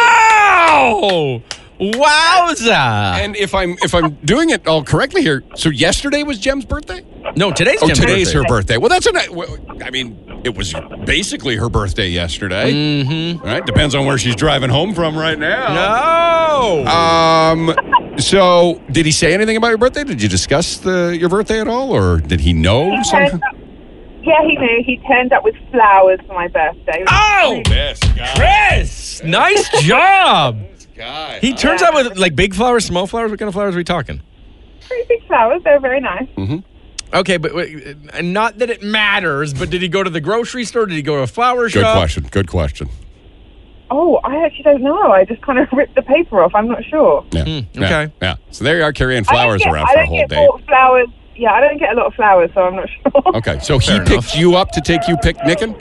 Oh! Oh! Wowza! And if I'm if I'm doing it all correctly here, so yesterday was Jem's birthday. No, today's Oh, Jim's today's birthday. her birthday. Well, that's a night. well, I mean, it was basically her birthday yesterday. Mm. Mm-hmm. All right, depends on where she's driving home from right now. No. Um, So, did he say anything about your birthday? Did you discuss the, your birthday at all, or did he know He something? turned up- yeah, he knew. He turned up with flowers for my birthday. Oh, This guy, Chris, nice job. this guy. He turns out with like big flowers, small flowers. What kind of flowers are we talking? Pretty big flowers. They're very nice. Okay, but wait, uh, not that it matters. But did he go to the grocery store? Did he go to a flower Good shop? question. Good question. Oh, I actually don't know. I just kind of ripped the paper off. I'm not sure. Yeah. Yeah. Hmm, okay. Yeah. So there you are carrying I don't flowers get- around I for a don't whole get day. bought flowers. Yeah, I don't get a lot of flowers, so I'm not sure. Okay. So he Fair picked you up to take you picnicking.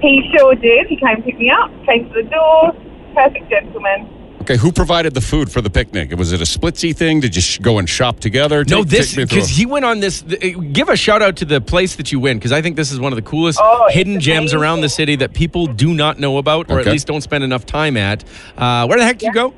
He sure did. He came and picked me up, came to the door. Perfect gentleman. Okay. Who provided the food for the picnic? Was it a splitsy thing? Did you sh- go and shop together? No, Take- this take me through because it. he went on this. th- uh, Give a shout out to the place that you win because I think this is one of the coolest Oh, it's hidden gems amazing. around the city that people do not know about or Okay. at least don't spend enough time at. Uh, where the heck did you go?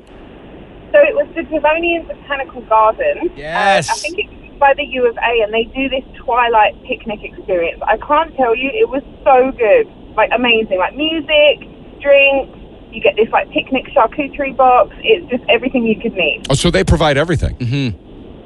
So it was the Devonian Botanical Garden. Yes. Uh, I think it's by the U of A, and they do this twilight picnic experience. I can't tell you, it was so good. Like, amazing. Like, music, drinks. You get this, like, picnic charcuterie box. It's just everything you could need. Oh, so they provide everything. Mm-hmm.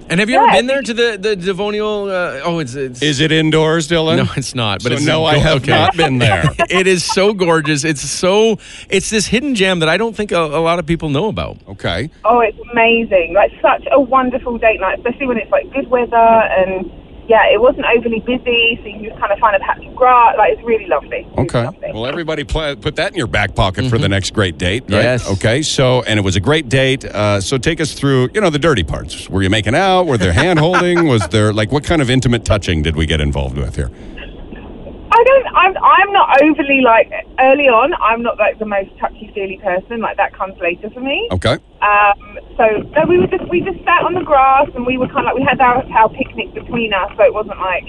And have you Yeah. ever been there to the the Devonial? Uh, oh, it's, it's Is it indoors, Dylan? no, it's not. But So it's no, I go- have okay. not been there. it is so gorgeous. It's so it's this hidden gem that I don't think a, a lot of people know about. Okay. Oh, it's amazing. Like, such a wonderful date night, especially when it's, like, good weather and... Yeah, it wasn't overly busy, so you can just kind of find a patch of grass. Like, it's really lovely. Really Okay. lovely. Well, everybody pla put that in your back pocket for the next great date, right? Mm-hmm. Yes. Okay. So, and it was a great date. Uh, so, take us through, you know, the dirty parts. Were you making out? Were there hand holding? was there like what kind of intimate touching did we get involved with here? I don't. I'm. I'm not overly like early on. I'm not like the most touchy feely person. Like that comes later for me. Okay. Um, so no, we were just we just sat on the grass and we were kind of like we had our, our picnic between us, so it wasn't like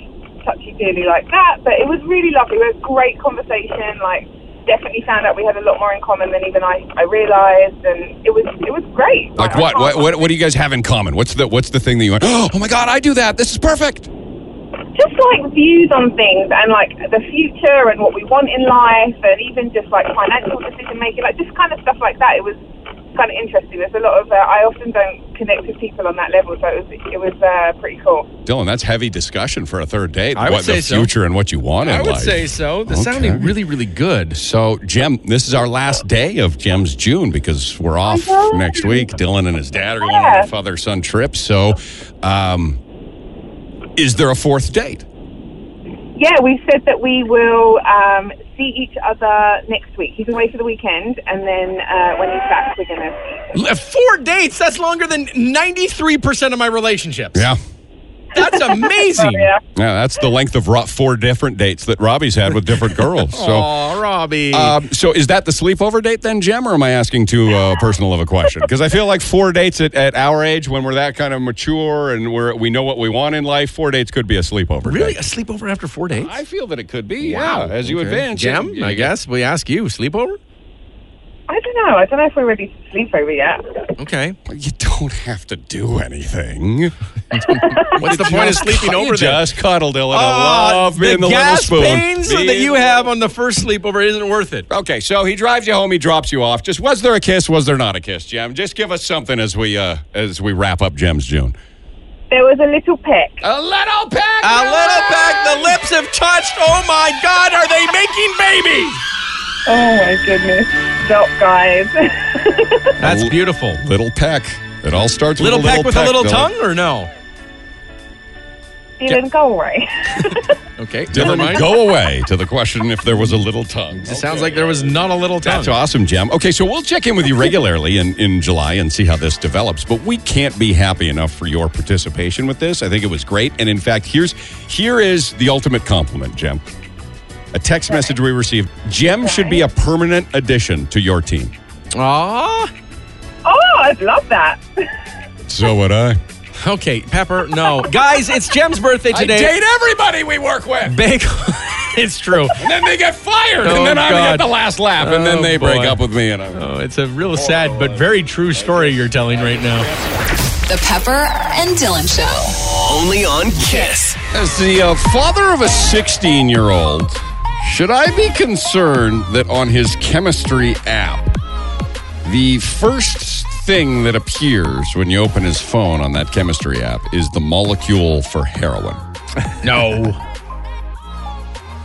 touchy feely like that. But it was really lovely. We had great conversation. Like definitely found out we had a lot more in common than even I I realised, and it was it was great. Like I what? can't- What, what? what do you guys have in common? What's the What's the thing that you went? Oh my God! I do that. This is perfect. just like views on things and like the future and what we want in life and even just like financial decision making, like just kind of stuff like that. It was kind of interesting. There's a lot of uh, I often don't connect with people on that level, so it was it was uh, pretty cool. Dylan, that's heavy discussion for a third date. I would what say the so. future and what you want in life. so. The Okay. sounding really really good. So, Jem, this is our last day of Jem's June because we're off next week. Dylan and his dad are going on Yeah. a father son trip. So, um, is there a fourth date? Yeah, we said that we will um, see each other next week. He's away for the weekend, and then uh, when he's back, we're gonna. see. L- uh, Four dates. That's longer than ninety three percent of my relationships. Yeah. that's amazing. Yeah. Yeah, that's the length of Ro- four different dates that Robbie's had with different girls. So, Aw, Robbie. um, so is that the sleepover date then, Jem, or am I asking too uh, personal of a question? Because I feel like four dates at, at our age, when we're that kind of mature and we're, we know what we want in life, four dates could be a sleepover. really, date. a sleepover after four dates? I feel that it could be. Wow. Yeah, as you Okay. advance, Jem, you- I guess we ask you sleepover. I don't know. I don't know if we're ready to sleep over yet. Okay. You don't have to do anything. What's the point of sleeping over there? Just cuddle, Dylan. I Ah, love being the, little gas spoon. pains Being that you the- have on the first sleepover isn't worth it. Okay, so he drives you home. He drops you off. Just was there a kiss? Was there not a kiss, Jem? Just give us something as we uh, as we wrap up Jem's June. There was a little peck. A little peck. A little back, the lips have touched. Oh my God, are they making babies? Oh my goodness! Stop, guys. That's L- beautiful. Little peck. It all starts Little with a little peck with a little Dylan. tongue, or no? Dylan, go away. Okay, never Dylan, mind. go away to the question if there was a little tongue. It sounds like there was not a little tongue. That's awesome, Jem. Okay, so we'll check in with you regularly in, in July and see how this develops. But we can't be happy enough for your participation with this. I think it was great. And in fact, here's here is the ultimate compliment, Jem. A text message we received. Jem should be a permanent addition to your team. Ah, oh, I'd love that. So would I. okay, Pepper. No, guys, it's Jem's birthday I today. date everybody we work with. Bake. it's true. And then they get fired. Oh, and then I God. get the last laugh. And then Oh, they break boy. up with me. And I'm Oh, it's a real sad but very true story you're telling right now. The Pepper and Dylan Show. Only on Kiss. As the uh, father of a 16 year old, should I be concerned that on his chemistry app, the first thing that appears when you open his phone on that chemistry app is the molecule for heroin. No.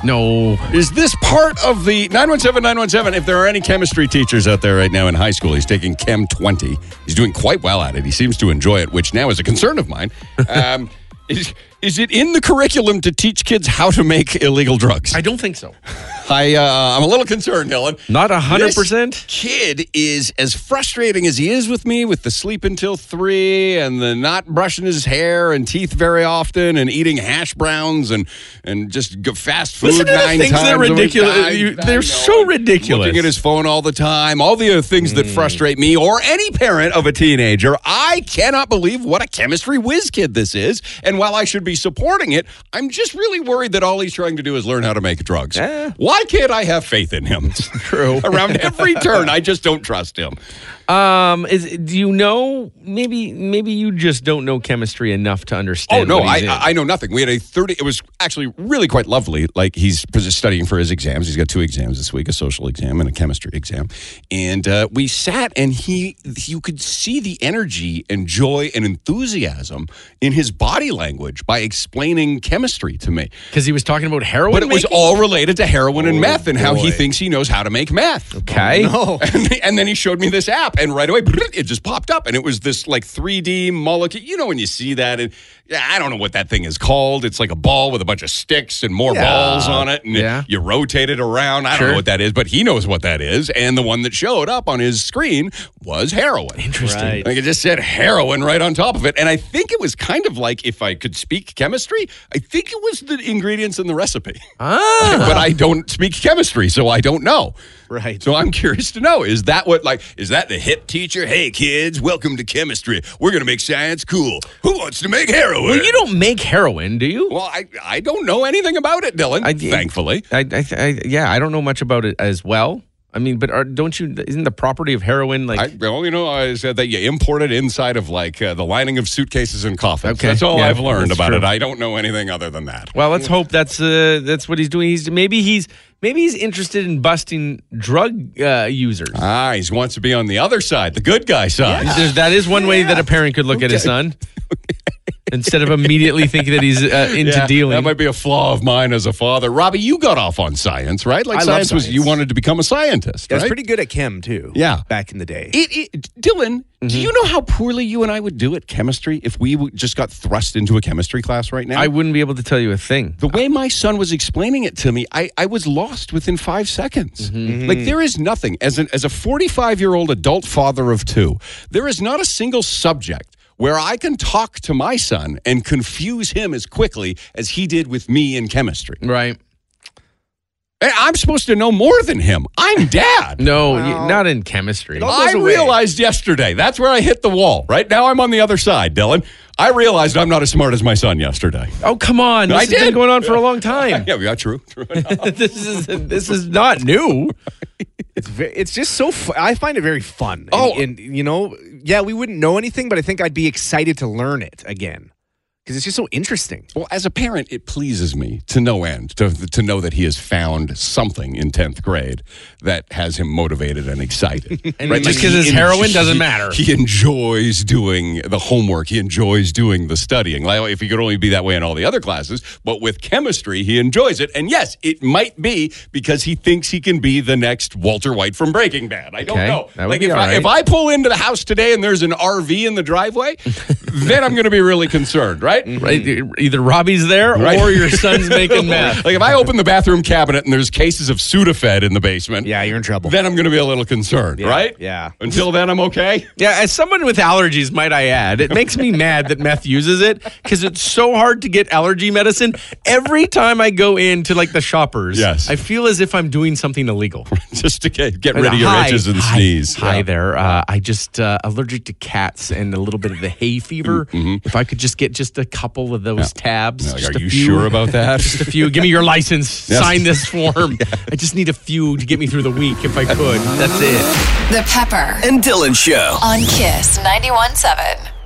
No. Is this part of the 917 917? If there are any chemistry teachers out there right now in high school, he's taking Chem 20. He's doing quite well at it. He seems to enjoy it, which now is a concern of mine. Um, is, is it in the curriculum to teach kids how to make illegal drugs? I don't think so. I, uh, I'm a little concerned, Dylan. Not a hundred This percent? Kid is as frustrating as he is with me with the sleep until three and the not brushing his hair and teeth very often and eating hash browns and and just go fast food Listen to the nine things times. that are a week. ridiculous. I- You- I they're know. so ridiculous. Hmm. Looking at his phone all the time. All the other things that frustrate me or any parent of a teenager. I cannot believe what a chemistry whiz kid this is. And while I should be supporting it, I'm just really worried that all he's trying to do is learn how to make drugs. Why can't I have faith in him? True. Around every turn, I just don't trust him. Um, is do you know maybe maybe you just don't know chemistry enough to Oh understand? no, what I he's in. I know nothing. We had a thirty. It was actually really quite lovely. Like he's studying for his exams. He's got two exams this week: a social exam and a chemistry exam. And uh, we sat, and he you could see the energy and joy and enthusiasm in his body language by explaining chemistry to me. because he was talking about heroin. But it was making? all related to heroin and meth and how he boy. thinks he knows how to make meth. okay. No. And, and then he showed me this app, and right away it just popped up, and it was this like 3D molecule. You know when you see that, and yeah, I don't know what that thing is called. It's like a ball with a bunch of sticks and more balls on it, and Yeah. you rotate it around. I don't Sure. know what that is, but he knows what that is. And the one that showed up on his screen was heroin. Interesting. Right. Like it just said heroin right on top of it. And I think it was kind of like if I could speak chemistry, I think it was the ingredients in the recipe. Ah. but I don't speak chemistry, so I don't know. Right. So I'm curious to know is that what, like, is that the hip teacher? Hey, kids, welcome to chemistry. We're going to make science cool. Who wants to make heroin? Well, you don't make heroin, do you? Well, I, I don't know anything about it, Dylan, I- thankfully. I, I, I yeah, I don't know much about it as well. I mean, but are, don't you? Isn't the property of heroin like? I, well, you know, I said that you import it inside of like uh, the lining of suitcases and coffins. Okay, That's all yeah, I've learned that's about true. it. I don't know anything other than that. well, let's hope that's uh, that's what he's doing. He's maybe he's maybe he's interested in busting drug uh, users. Ah, he wants to be on the other side, the good guy side. There's- that is one way that a parent could look at his son instead of immediately thinking that he's uh, into Yeah, dealing. That might be a flaw of mine as a father. Robbie, you got off on science, right? Like I love science, was science. you wanted to become a scientist, I was right? pretty good at chem too. Yeah. back in the day. It, it, Dylan, Mm-hmm. do you know how poorly you and I would do at chemistry if we w- just got thrust into a chemistry class right now? I wouldn't be able to tell you a thing. the way my son was explaining it to me, I, I was lost within five seconds. Mm-hmm. Like there is nothing as an as a 45 year old adult father of two, there is not a single subject where I can talk to my son and confuse him as quickly as he did with me in chemistry. Right. And I'm supposed to know more than him. I'm dad. No, y- not in chemistry. all- I goes away. realized yesterday. That's where I hit the wall. Right now, I'm on the other side, Dylan. I realized I'm not as smart as my son yesterday. Oh, come on. This I has did. been going on for a long time. Yeah, yeah, true. true enough. this is this is not new. It's very, it's just so fu- I find it very fun. And- Oh. and you know, yeah, we wouldn't know anything, but I think I'd be excited to learn it again because it's just so interesting. well, as a parent, it pleases me to no end to, to know that he has found something in 10th grade that has him motivated and excited. And Right, just like, 'cause he it's en- heroin doesn't he- matter. He enjoys doing the homework. He enjoys doing the studying. Like if he could only be that way in all the other classes, but with chemistry, he enjoys it. And yes, it might be because he thinks he can be the next Walter White from Breaking Bad. I don't Okay, know. that would like be if, all I, right. if I pull into the house today and there's an RV in the driveway, then I'm going to be really concerned, right? Right? Mm-hmm. Either Robbie's there Right. or your son's making math. Like if I open the bathroom cabinet and there's cases of Sudafed in the basement, Yeah, you're in trouble. then I'm going to be a little concerned, right? yeah. Until then, I'm okay. Yeah, as someone with allergies, might I add, it makes me mad that meth uses it because it's so hard to get allergy medicine. Every time I go into like the shoppers, Yes. I feel as if I'm doing something illegal. just to get, get rid of your Hi, itches and hi, sneeze. Hi Yeah. there. Uh, I just uh, allergic to cats and a little bit of the hay fever. If I could just get just a couple of those tabs, Mm-hmm, Like, just are a you few, sure about that? Just a few. Give me your license. Sign this form. I just need a few to get me through the week if I could. That's it. The Pepper and Dylan Show. on Kiss 917.